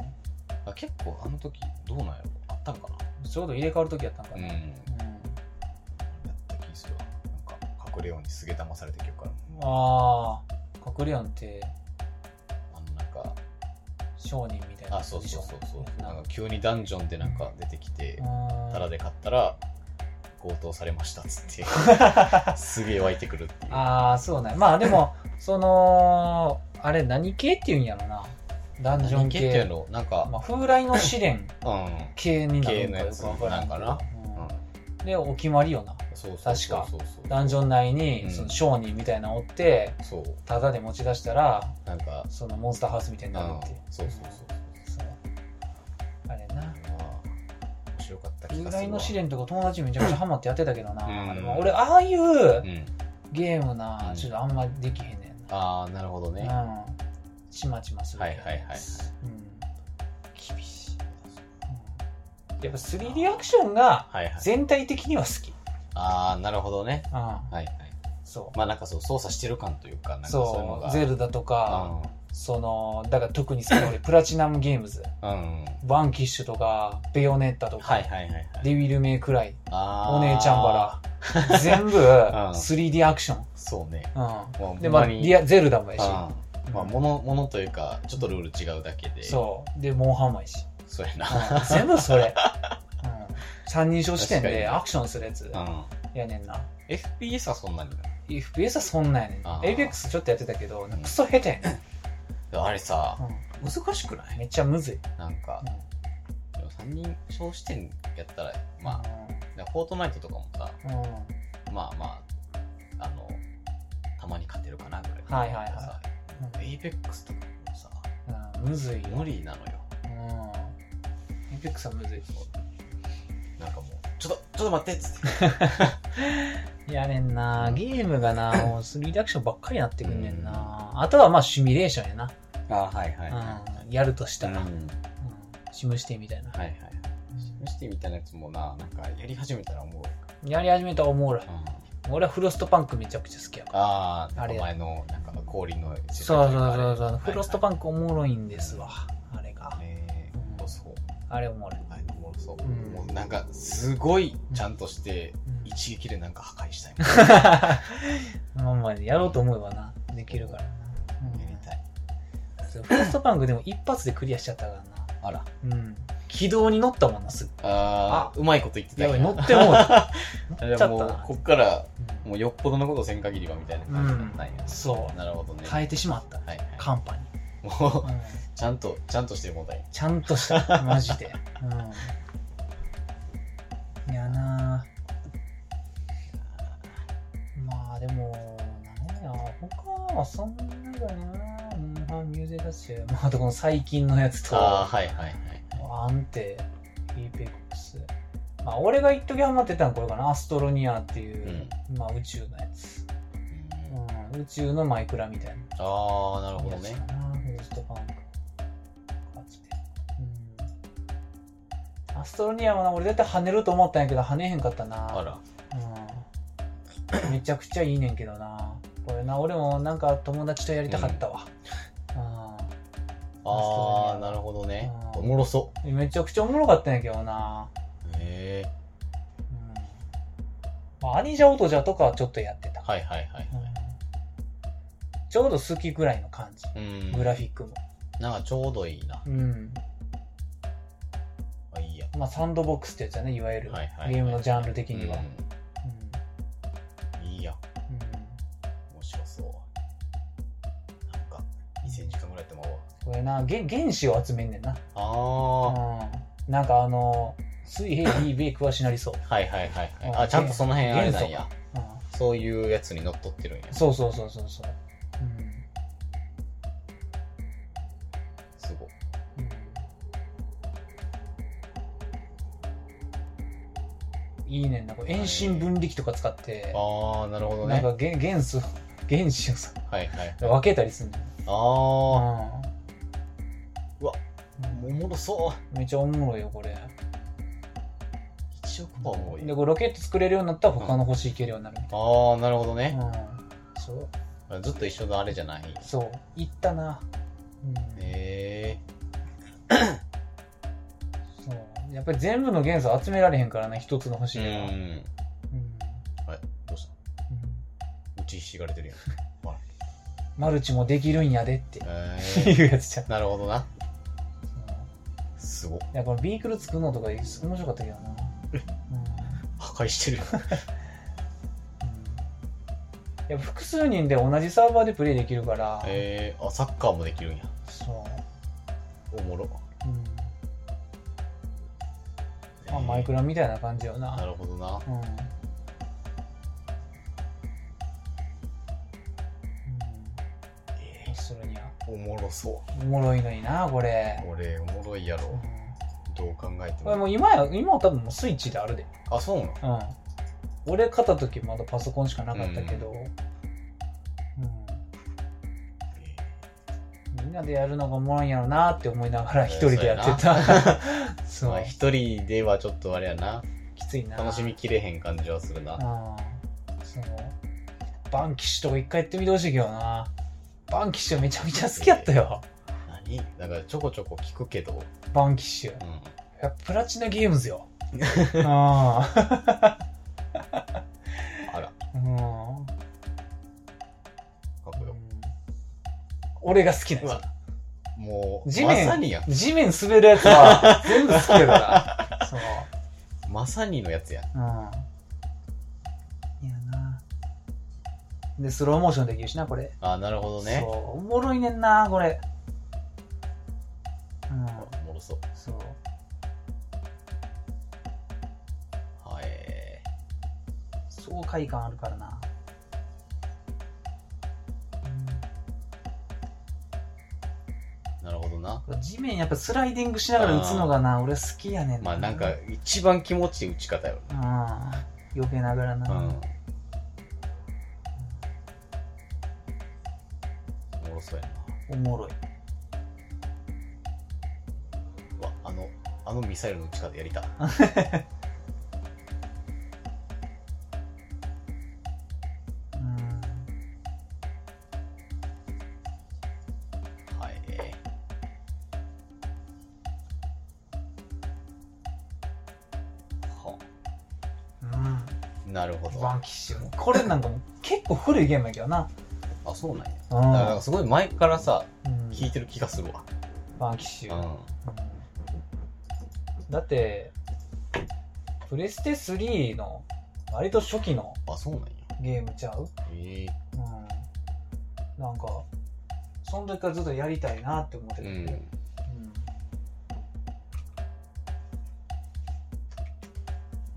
あ結構あの時、どうなんやろあったんかな
ちょうど入れ替わる時やったんか
うん。
な、
や
うん
った気するわ。なんか、隠れようにすげえ騙されてるから。
ああ隠れやんって
あのなんか、
商人みたいな
あ、そうそうそうそう。
な
なん
か
んか急にダンジョンでなんか出てきて、タダ
あ
で買ったら、強盗されましたっつって、
[LAUGHS]
すげえ湧いてくるっていう。
あーそうねまあでも [LAUGHS] そのあれ何系っていうんやろなダンジョン
何系っていう
系
のなんか、
まあ、風来の試練
うん。
系になるのか
系の
よ
やつ
くわからんけど
なんか
うんでお決まりよな
そうそうそう
確か
そうそう
ダンジョン内に
うん
その商人みたいなのおって
そう
タダで持ち出したら
なんか
そのモンスターハウスみたいになるっていう
うんそうそうそう
そうあれな
まあ面白かった気
風
がするわ
来の試練とか友達めちゃくちゃハマってやってたけどな、
うん
でも俺ああいう
うん
ゲームな、
うん
ちょっとあんまできへんねん
ああなるほどね
な、うんちまちまする
はいはいはいはい
うん厳しい、うんやっぱ
あ
3D アクションが
はいはい
全体的には好き、
ああなるほどね
うん
はいはい
そう
まあなんかそう操作してる感というかなんかそういうの
そ
が
うゼルダとか、そのだから特に好きな俺プラチナムゲームズ
うんうん
バンキッシュとかベヨネッタとか、
はいはいはいはい
デビルメイクライ
あー
お姉ちゃんバラ全
[LAUGHS]
部 3D アクション、
そうね
う
まあ
ん、でまあ
ほんまに
リアゼルダもやし
うんまあものものというかちょっとルール違うだけで
そうでモンハンもやし、
そうや
[LAUGHS] うん
[LAUGHS] な
全部それ、うん、三人称視点
確か
で
に
アクションするやつ
うん
やねんな
FPS はそんなに
FPS はそんなんやねん
あー
APEX ちょっとやってたけどクソ下手やね
あれさ
ん、
難しくな
うん、
い
めっちゃむずい、
なんか
う
でも三人称視点やったら
ん、
まあでフォートナイトとかもさ
うん、うん
まあまああのたまに勝てるかなぐらい
はいはいはい
さエイペックスとかもさ
うんむずいよ、
無理なのよ
うん、APEX はむずい
なんかもうちょっとちょっと待ってっつって
やねんなゲームが [LAUGHS] なもう 3D アクションばっかりなってくんねんな、あとはまあシミュレーションやな、
あはいは
うん、やるとしたら、
うん
うんシムシティみたいな、
はいはい。シティみたいなやつもな、なんかやり始めたらおもろいか
やり始めたらおもろい
ら。うん
俺はフロストパンクめちゃくちゃ好きやから
ああ、
あれ
お前の、なんか氷の世界
そうそう
あれ
そうそうフロストパ
ン
ンクおもろいんですわあれが
えー、おもろそう。
あれお [LAUGHS] もろい
あれおもろそう。
うん
もうなんか、すごい、ちゃんとして、
うん
一撃でなんか破壊したいみたい
まあまあやろうと思えばなできるからな、
な。やりたい。
うんそうフロストパンクでも一発でクリアしちゃったから
あら。
なうん軌道に乗ったもんなすぐ
あーうまいこと言ってた
やばい乗
よ。
ってもう [LAUGHS] た乗っちゃ
で
った
もう
な、
こっから、
うん
もうよっぽどのことせん限りはみたいな感じだったんや。
そ
なるほどね
う。変えてしまった
はいはい。
カンパに、
もう
う、ん
ちゃんと、ちゃんとしてる問題。
ちゃんとしたマジで、うん、いやなぁまあでもなんや他はそんなだなぁうんミュージックだしまああとこの最近のやつと
ああ、はいはいはい。
安定エイペックスまあ俺が一時ハマってたのこれかなアストロニアっていう、まあ宇宙のやつ、
うん
うん、宇宙のマイクラみたいな
ああ、なるほど
やつ
ね。
かなフロストパンク。マジでうん。アストロニアはな、俺絶対跳ねると思ったんやけど、跳ねへんかったな。
あら。
うん。めちゃくちゃいいねんけどな。これな、俺もなんか友達とやりたかったわ。
ああ、なるほどね。
うん
おもろそ
うん。めちゃくちゃおもろかったんやけどな。
う。へえ。
うん。まあ、アニジャオトジャとかはちょっとやってた。
はいはいはい。
うんちょうど好きぐらいの感じ。
うん。
グラフィックも。
なんかちょうどいいな。
うん。
あ、いいや。
まあ、サンドボックスってやつやねいわゆる、
はいはいはい
ゲームのジャンル的には、
うんいいや。
うん
面白そう。なんか、2000時間ぐらいやってもら
これなげ原子を集めんねんな、
おうわ。あ
うん、なんかあの水平 DB 詳しなりそう、
あ。はいはいはいはい。
うん
あ、ちゃんとその辺あれなんや。
うん、
そういうやつに乗っ取ってるんや。
そうそうそうそうそう、うん
すごい。
うん、いいねんなこれ遠心分離器とか使って、
ああ、なるほど
な
ね。
んかげ元素原子をさ
はいはい。
分けたりするんだよ、
ああ、おうわ
うん
もろそう。
めっちゃおもろいよこれ
1億パーも多い
で。これロケット作れるようになったら他の星行けるようになるみたいな
ああ、なるほどね。
うんそう
ずっと一緒のあれじゃない。
そう行ったな、うん
へえ。
そうやっぱり全部の元素集められへんからね一つの星
う
では、うん
ん。どうし
うん
たうちひがれてるやん。
マルチもできるんやでって
へ
[LAUGHS]
え。
いうやつじゃん、
なるほどな。
そう
すごっ。
いやこのビークル作るのとか面白かったけどな、うんうん
破壊 [LAUGHS] してる。
やっぱ複数人で同じサーバーでプレイできるから、
えー、あ、サッカーもできるんや。
そう、
おも
うん
ろ。
まあ、
えー
マイクラみたいな感じよな
なるほどな。
うんうん
え
要するには
ー、おもろそ
おもろいのになこれ
う。、これ、おもろいや
うん
ろ。どう考えて
これも
も。
う今や今は多分もうスイッチであるで
あ、そうなの
うん俺買った時まだパソコンしかなかったけど、うんみんなでやるのがおもろいんやろなって思いながら一人でやってたそう,、
まあ、一人ではちょっとあれやな。
きついな
楽しみきれへん感じはするな。
ああ、そう。バンキシュとか一回やってみてほしいけどな。バンキシュめちゃめちゃ好きやったよ。
何なんかちょこちょこ聞くけど。
バンキシュ。い
うん。
やプラチナゲームズよ。ああ。
あら、
うん。
かっこよ。
俺が好きな
う
や
わもう、
地
ま
面
さにやん
つ。地面滑るやつ
[LAUGHS]
は全部好きやから。そう。
まさにのやつやん。
うん。いやな。で、スローモーションできるしな、これ。
あ、なるほどね。
そう。おもろいねんな、これ。うん。
おもろそう。
そう。
はい。え
爽快感あるからな、
ーなるほどな。
うん地面やっぱスライディングしながら打つのがな俺好きやねん
まあなんか、一番気持ちいい打ち方やろ
うん避けながらな、
な。うん。おもろそうやな。
おもろいう
わ、あの、あのミサイルの打ち方やりたい。
うん
はい。は
う
なるほ
ん
ど。
ワンキッシュこれなんかもう結構古いゲームやけどな
あ、そうなんや。
う
だ
ん
からすごい前からさ、
うん
聞いてる気がするわ。
ワンキッシュ
う
うんだってプレステ3の割と初期の
ん。あ、そうなんや。
ゲームちゃう
え
うんなんかその時からずっとやりたいなって思って
え
たけど、
うん。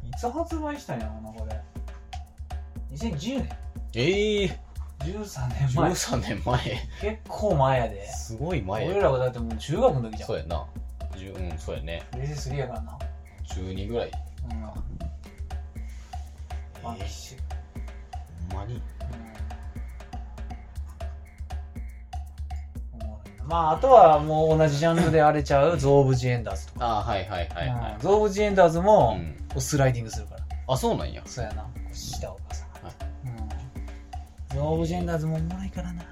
いつ発売したんやろなこれ2010年
ええ
13年前結
13年前。
構前やで、
すごい前
俺
や。
らはだってもう中学の時じゃん
そうやな。10うん、そうやね。
プレイス3やからな
12ぐらい。
うん
え
ワンキッシュ、
ほんまに。
うんおもろいなまああとはもう同じジャンルであれちゃうゾーブ・ジ・エンダーズとか、
あはいはいはい
うん
は
ゾーブ・ジ・エンダーズ
い。
も、
ん。
こうスライディングするから
あ、そうなんや。
そうやな下を重な
は
って、うん、ゾーブ・ジ・エンダーズもおもろいからな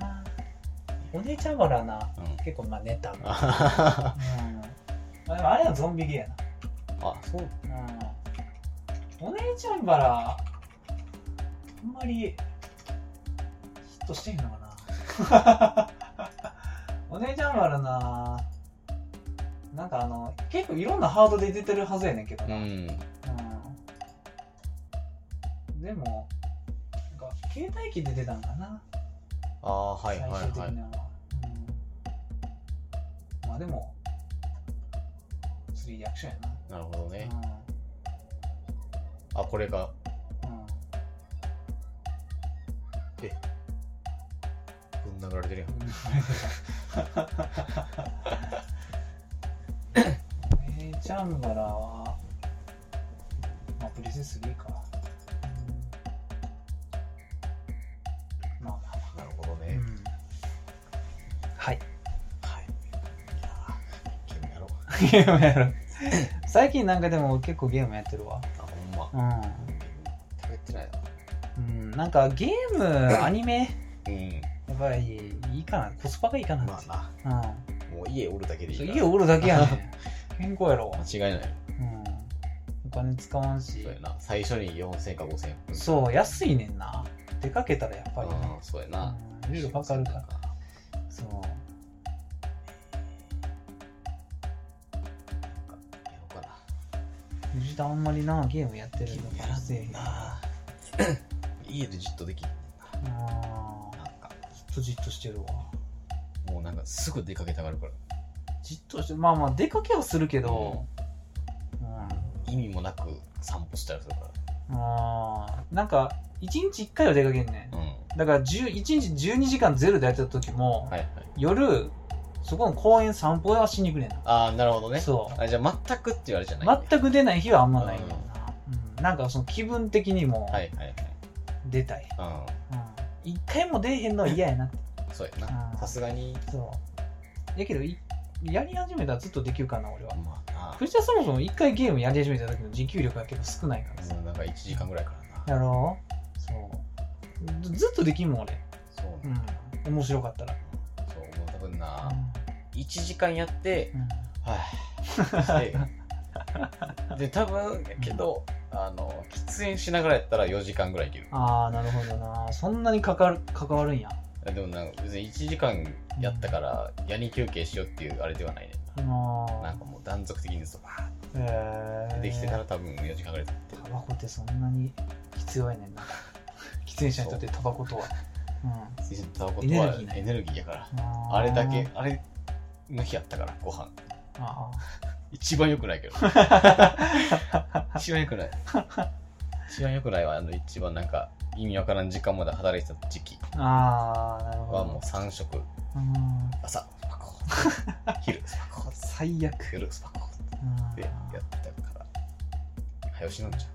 お姉ちゃんバラな
うん。
結構まあネタが、うん
あははは
まあ、でもあれはゾンビゲーやな
あ、そう。
うんお姉ちゃんバラあんまりヒットしてへんのかな [LAUGHS] お姉ちゃんバラななんかあの結構いろんなハードで出てるはずやねんけど
う
な、うん
ん。
でもなんか携帯機で出たんかな
ああー、はいはい
最終
は
的
い。
なのは、うん、まあでも 3D アクションやな
なるほどね。
うん
あ、これが。
うん
えぶん殴られてるやん。
えー、ジャンバラは、まあ、プレゼンス3か。うんまあまあ
なるほど
まあ、
ね。
はい。
はい。いやーゲームやろう。
ゲームやる。最近なんかでも結構ゲームやってるわ。
あ、ほんま。
う
食べてないな。
ん。うん、なんかゲーム、アニメ、
うん。
やっぱりいいかな。コスパがいいかなって。
ま
う
あ
ん。
な。もう家おるだけでいい
そ
か
う
ら。
家おるだけやねん健康やろ、
間違いない。
うん、お金使わんし
そうやな。最初に4000か5000円。
そう安いねんな出かけたらやっぱりね
ああ、そうやな。
うんいろいろかかるからそう
やろうかな。
藤田あんまりなゲームやってる
ゲー
の
ムやらずにな。 [COUGHS] 家でじっとできんねん
あ
な。なんか、
ずっとじっとしてるわ
もうなんかすぐ出かけたがるから。
じっとしてまあまあ出かけはするけど、うん
意味もなく散歩したりするか
あーなんか1日1回は出かけんね
ら。うん。
んだから10 1日12時間ゼロでやってた時も、
はいはい。
夜そこの公園散歩はしに行くねんな
ああ、なるほどね。
そう
あじゃあ全くって言われじゃない、
全く出ない日はあんまないよな、うんなんかその気分的にも
はいはい
出たい、
はい。
うん一回も出えへんのは嫌やなって
うん。そうや
うん
な。さすがに。
そうやけどいやり始めたらずっとできるかな俺は
まあ
藤田そもそも一回ゲームやり始めた時の持久力が結構少ないから
な。
さ
もうなんか1時間ぐらいから
や
な。
ろうそうずずっとできんもん俺、
そうな。
うん、面白かったら、
そう、もう多分
う
な。
ん
1時間やって、
うん
はい。
[LAUGHS]
で、で多分やけど、あの、喫煙しながらやったら4時間ぐらいいける。
ああなるほどなそんなに関わる関わるんや
でもなんか別に1時間やったから、やに休憩しようっていうあれではないねん
あ
な。なんかもう断続的にずっとバー
へ
って
え
できてたら多分4時間ぐらい経ってる
タバコってそんなに必要や
[LAUGHS]
ねんな喫煙者にとってタバコとは、
タバコ
エ
と
ネル
は
ギーない
エネルギーやから
うん、あー
[LAUGHS] あれだけあれの日やったからご飯
あ
一番良くないけど一番良くない一番良くないはあの一番なんか意味わからん時間まで働いてた時期
ーあーなるほど
はもう3食
うん
朝スパコ昼スパコ
最悪
夜スパコ
うん
でやってたから早押し飲んじ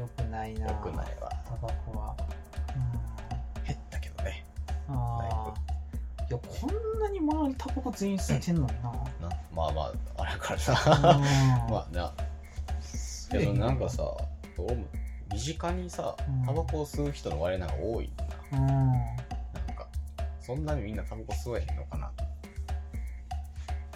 よくない
ゃ
な
う良くないわ
タバコは
減ったけどね
うん
[LAUGHS]
ああいやこんなに周りタバコ全員吸ってんのにな
なまあまああれなからさ
ま
まあなけどなんかさ俺も身近にさ
うん
タバコを吸う人の割合なんか多いな
うん
なんかそんなにみんなタバコ吸わへんのかない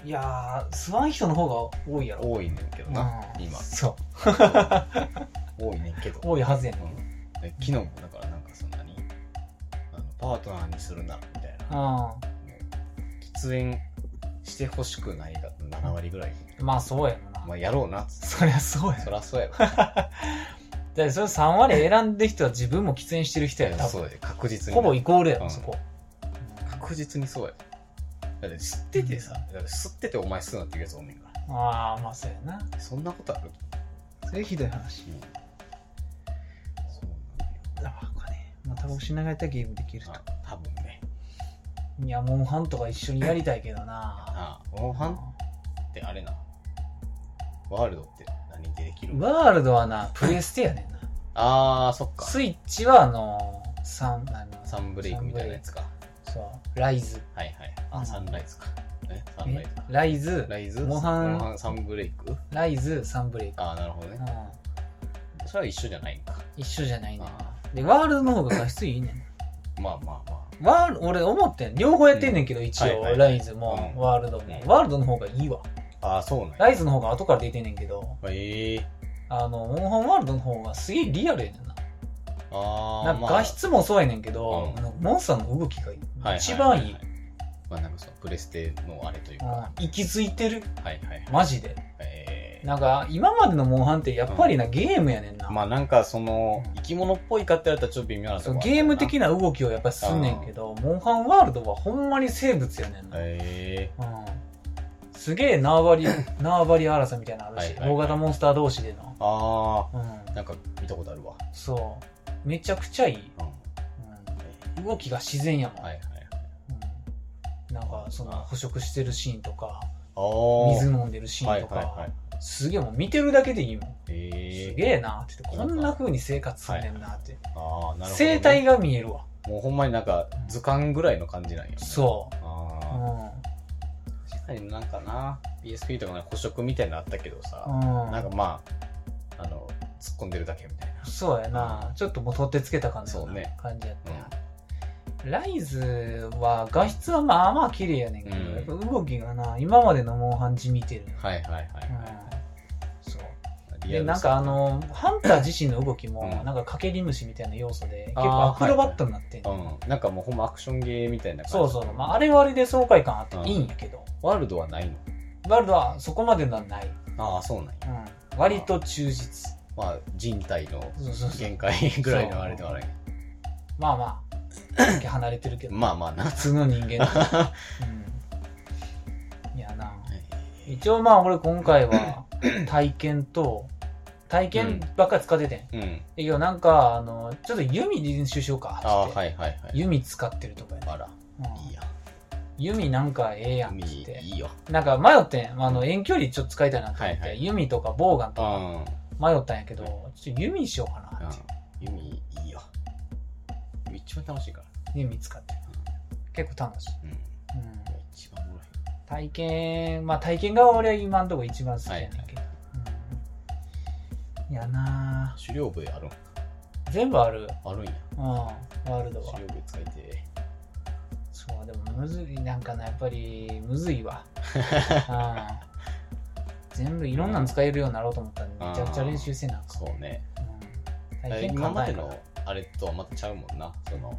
やー吸わん人の方が多いやろ
多いねんけどな
うん [LAUGHS]
今
そ
多いねんけど
う多いはずやねん
うんで昨日もだからなんかそんなにあのパートナーにするなみたいな
う
喫煙してほしくないが7割ぐらい、
んまあそうやろな、
まあ、やろうなっつって
そりゃそうや
そ
ろ
らそうや
[LAUGHS]
わ
だってそれ3割選んでる人は自分も喫煙してる人やろ多
そう
分
やで確実に
ほぼイコールやろ、
うん
そこ
確実にそうやだって知っててさだって吸っててお前吸うなって言うやつおんねんか
ああまあそうやな
らそんなことある
それひどい話
そう
タバコねまあタバコしながらやったらゲームできる
なんだよな多分ね
といやモンハンとか一緒にやりたいけどな
なあモンハンってあれなワールドって何でできる
ワールドはなプレステやねんな
あーそっか
スイッチはあのサンあの
サンブレイクみたいなやつか
そうライズ
はいはい
うん
あサンライズかえサンライズ
ライズ
ライズ
モンハン
サンブレイク
ライズサンブレイク、
ああなるほど
う
ね
ん、
それは一緒じゃないんか
一緒じゃないね
あ
でワールドの方が画質いいねん
まあまあま
ワール俺思ってん両方やってんねんけど、一
はいはいは
応
い
ライズも
うん
ワールドも
うん
ワールドの方がいいわ
ああーそうなんや
ライズの方が後から出てんねんけど
ええ
あのモンハンワールドの方がすげえリアルやねんな
ああ
なんか画質もそうやねんけど、
うん
なんかモンスターの動きが一番いい。
まあなんかそのプレステのあれというか、は
うん息づいてる。
いはいはい。
マジで。
えー
なんか、今までのモンハンってやっぱりな、ゲームやねんな。
まあなんかその
うん
生き物っぽいかって言われたらちょっと微妙なと
そ
こ
う
もある
ゲーム的な動きをやっぱりすんねんけど、モンハンワールドはほんまに生物やねんな。
え
うん、すげえ縄張り、縄張り争いみたいなのあるし、
はいはいはい
大型モンスター同士での。
ー、あ
うん
あ、なんか見たことあるわ。
そう。めちゃくちゃいい。
うん
うん、動きが自然やもん。
はいはいはい。
うん、なんか、その、捕食してるシーンとか、
ああ。
水飲んでるシーンとか、
はいはいはい。
すげえもう見てるだけでいいもん。
え
す
え
げえなって言ってこんな風に生活すんねんなって、
ー。ああ、なるほど、ね。
生態が見えるわ
もうほんまになんか図鑑ぐらいの感じなんや、ね。
そ
あ
うう
あ、
ん、
確かになんかな、PSP とかの捕食みたいなのあったけどさ、
うん、
なんかまあ、あの、突っ込んでるだけみたいな。
そうやなちょっともう取ってつけた感じ
そうね
感じやったな、ライズは画質はまあまあ綺麗やねんけど、
うん
やっぱ動きがな今までのモンハン地見てるね、
はいはいはい。
うん、そう
リア
で
ル
なん
さ
かあ、のハンター自身の動きも、
うん
なんかかけり虫みたいな要素で結
あー
構アクロバットになってんねん
うん、なんかもうほんまアクションゲーみたいな感じ。
そうそう、まあ、あれはあれで爽快感あっていいんやけど、
ワールドはないの
ワールドはそこまでのはない
ああ、そうなんや。
うん、割と忠実
まあ、人体の
そうそうそう
限界ぐらいのあれではない。
まあまあだけ離れてるけど
まあまあな
普。通の人間
[LAUGHS]
だ、うん、いやな一応まあ俺今回は体験と体験ばっかり使っててん、
うん。
いやなんかあのちょっと弓練習しようかっつって
ああ、はいはいはい。
弓使ってるとかやね、
あら、
うん
いいや。
弓なんかええやんっつっ
海
て
いいよ。
なんか迷ってんあの遠距離ちょっと使いたいなと思って、
はいはい
弓とかボウガン
う
とか
ん。うん。
迷ったんやけど、ちょっと弓しようかなって、
海いいよ。海一番楽しいから。
弓使って結構楽しい、
うん。
うん
一番おもろい。
体験まあ体験が俺は今んとこ一番好きやねんけど、うん、いやな
狩猟部あるん
あ全部ある
あるんや。
うんワールドは
狩猟部使いて
そうでもむずいなんかなやっぱりむずい
[LAUGHS]
わ、うん、全部いろんなの使えるようになろうと思ったらめちゃくちゃ練習せなあ
え。そうね。
かん、うん、体験
今まで
簡単や
のあれとはまたちゃうもんな。
か
そ
ら
の、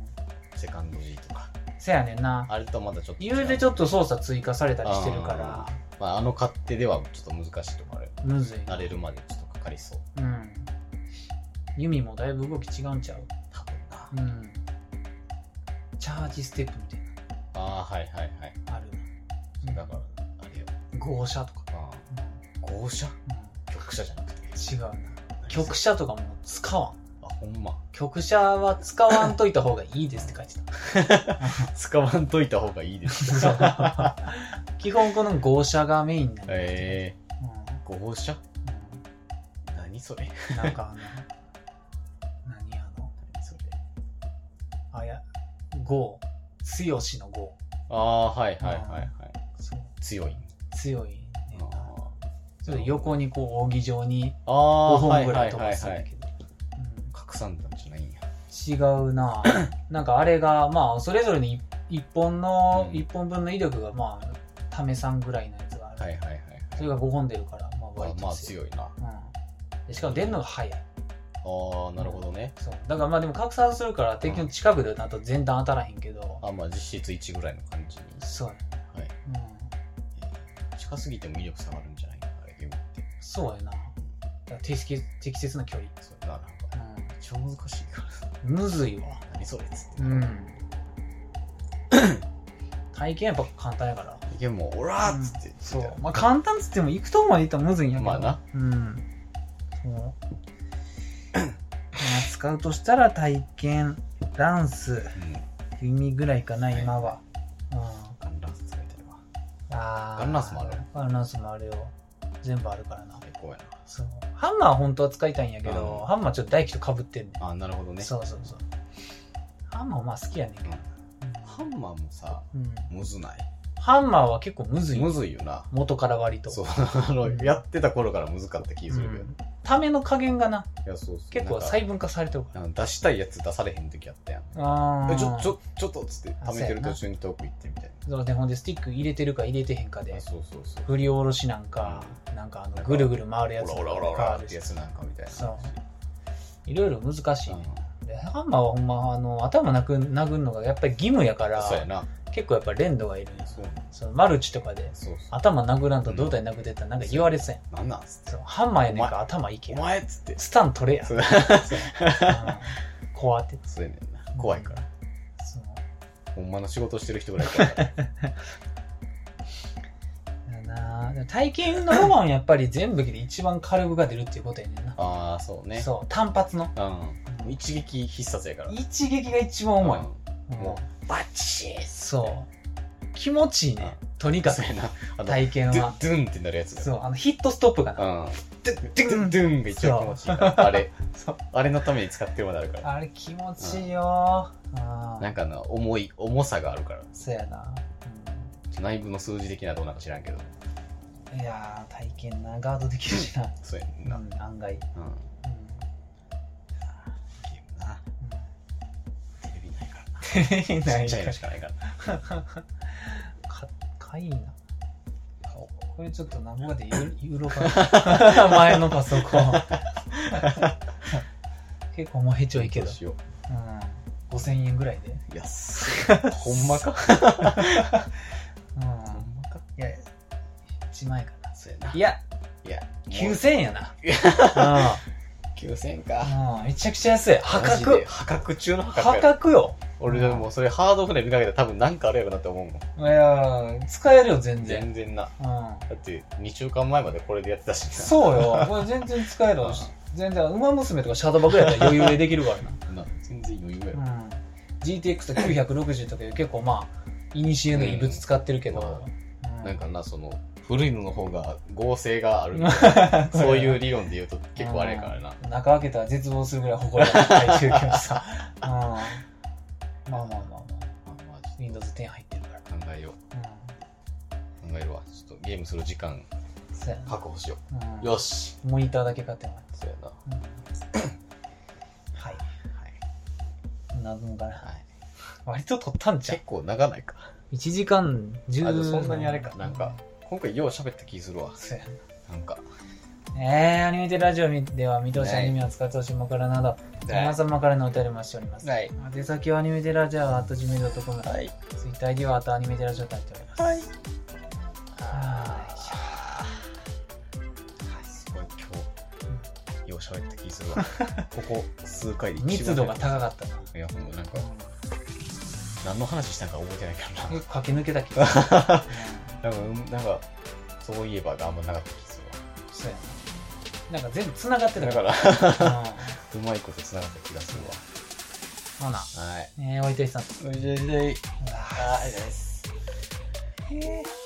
セカンド G とか。
せやねんな
あれとはまたちょっと違う。
言うてちょっと操作追加されたりしてるから
まあ、あの勝手ではちょっと難しいとこある。
むずい
慣れるまでちょっとかかりそう。
うん弓もだいぶ動き違うんちゃう
多分な。
うんチャージステップみたい
ああ、はいはいはい。
なのあるな
だから、あれよ。
号車とか、
あ
う
あ
ん
号車局車じゃなくて。
違うな曲車とかも使わん
あ、ほんま。
曲車は使わんといた方がいいですって書いて
[LAUGHS] 使わんといた方がいいです。
た基本この号車がメインなんだけど
ええー、号車
う
何それ
んうんなんかあの何あの
何それ
あや剛強しの剛
ああ、はいはいはいはい。
そう
強い。
強いねんな
あ
ちょっと横にこう扇状に5
ああは
本
い
ぐ
は
らい
い
飛
は
ば
い
すん
は
だ
い
けど、うん
拡散弾じゃないんや
違う
[COUGHS]
ななんかあれがまあそれぞれに1本の、
うん
一本分の威力がまあためさんぐらいのやつがある、
はいはいはい
それが5本出るからまあ
ま
割
あ
と
まあ強いなあ
うん、でしかも出るのが早い
あなるほどね
そうだからまあでも拡散するから敵の近くでなと全弾当たらへんけど、
あまあ実質1ぐらいの感じに
そうやね、
はい近すぎても威力下がるんじゃないかなあれゲームっ
う
て
ん、そうやなだから適切適切な距離、
そうやななんか超難しいからさ
うん、むずいわ
何それっつって
うん、体験やっぱ簡単やから
ゲームもオラーっつって
そうまあ簡単っつっても行くとこまで行ったらむずいんやけど
まあな
うんそうまあ使うとしたら体験ダンス
うん
弓ぐらいかな
はい
今は、うん
ガンランス使いたいわ
あー
ガンランスもある
ガンランスもあるよ全部あるからな
最高やな
そうハンマー本当は使いたいんやけど、
うん
ハンマーちょっと大輝とかぶってんねん
あなるほどね
そうそうそうハンマーまあ好きやねんけど、
ハンマーもさ
うん、
むずない
ハンマーは結構むずい
むずいよな
元から割と
そうあのやってた頃からむずかった気
う
するけど
んための加減がない
やそうそう
結構
なんか
細分化されてるか
あの出したいやつ出されへん時あったやん
らあ
え
あ
ちょちょちょっとっつって
あ
貯め
そ
てる
うやな
途中に遠く行ってみたい
そうねほんでスティック入れてるか入れてへんか
な
で
あそうそうそう
振り下ろしなんかなんかあのぐるぐる回るやつ
オラオラオラオラってやつなんかみたいな
そういろいろ難しいね
う
でハンマーはほんまあの頭なく殴るのがやっぱり義務やから
んそうやな
結構やっぱ連動がいるんです
そうなん
そのマルチとかで
そうそ
頭殴らんと胴体殴ってったらなんか言われそうやん
うなんなんっつって
そうハンマーやねんから頭いけ
お
や
前っつって
スタン取れや
そう
うんこうやって
そうやねんな怖いから
そう
ほんまの仕事してる人ぐらいから
だなでも体験のロマンやっぱり全部で一番火力が出るっていうことやねんな、
[LAUGHS] ああそうね
そう単発の
うんもう一撃必殺やから
一撃が一番重い、
うんも
う
うバチー
んそう気持ちいいねとにかく
そうやなあの
体験
ドゥ
は
ンドゥンってなるやつだ
そうあのヒットストップがな、
うんドゥンドゥンドゥンが一番気持ちいいからあれ
そう
あれのために使ってもらうから
あれ気持ちいいよ、うん
なんかな重い重さがあるから
そうやな、
内部の数字的などうなんか知らんけど
うんいやー体験なガードできるしな、
そうやねん
う
な、
ん、案外、うん
うんゲームなテレビないからな
うん、 [LAUGHS] な
ちっ
い
ちゃいの
か
しかないから
かかいいな
お
これちょっと何ぼかでユユーロか
[LAUGHS]
な前のパソコン結構もうへちょいけど
どう、しよ
うん、5000円ぐらいで、
う安 [LAUGHS] いほんまか
うん、
ほんまか
いや1万円かな
そうやない
や
いや
9000円やな
や9000円か
うん、うん、めちゃくちゃ安い破
マジ
格
で破格中の破格
破
やろ
格よ
俺でもそれハードオフで見かけたら多分なんかあるやろなって思うもん
いやー使えるよ全然、
全然な
うん、
だって2週間前までこれでやってたしな
そうよこれ全然使えるよ全然馬娘とかシャドーバックやったら余裕でできるからな
な全然余裕やろ、
うん、GTX と960とかいう結構まあ古の異物使ってるけど、うん
なんかなその古いのの方が合成がある [LAUGHS] そういう理論で言うと結構あれやからな
中開けたら絶望するぐらい誇りが高い中継 [LAUGHS] さ、うん、まあまあまあまあ
あまあちょ
Windows 10入ってるから
っと考えよう
う
考えるわちょっとゲームする時間
んそうやな
確保しよ
うん
うよし
モニターだけ買ってもらって
そうやなは
うんはい
い、
こんなもんかな
はい、
割と取ったんじゃん
結構長ないか
1時間
あで
10
もそんなにあれかなんか今回よう喋った気するわ
そうやな
なんか
えー、アニメテラジオでは見通しアニメを使ってほしいものからなど皆様からのお便りもしております。
はい
宛先はアニメテラジオ、あとじめ .com、ツ
はい
イッター ID はあとアニメテラジオとなっております。
はい
は
すごい今日よう喋った気
[LAUGHS]
するわここ数回で
ーい
一
密
番
度が高かったな。
いやほんまなんか何の話したんか覚えてないから
う
なん
駆け抜けたけど。うん
[LAUGHS] 多分なんかそういえばがあんまなかった気す
そうやな。なんか全部繋がって
る
た
わだ
か
から [LAUGHS]
ら。うん
うまいことつながった気がする
ほ
わ
な、
はい
えー、おいてさん。
おいしい
あ
ありがとうございます
ーへー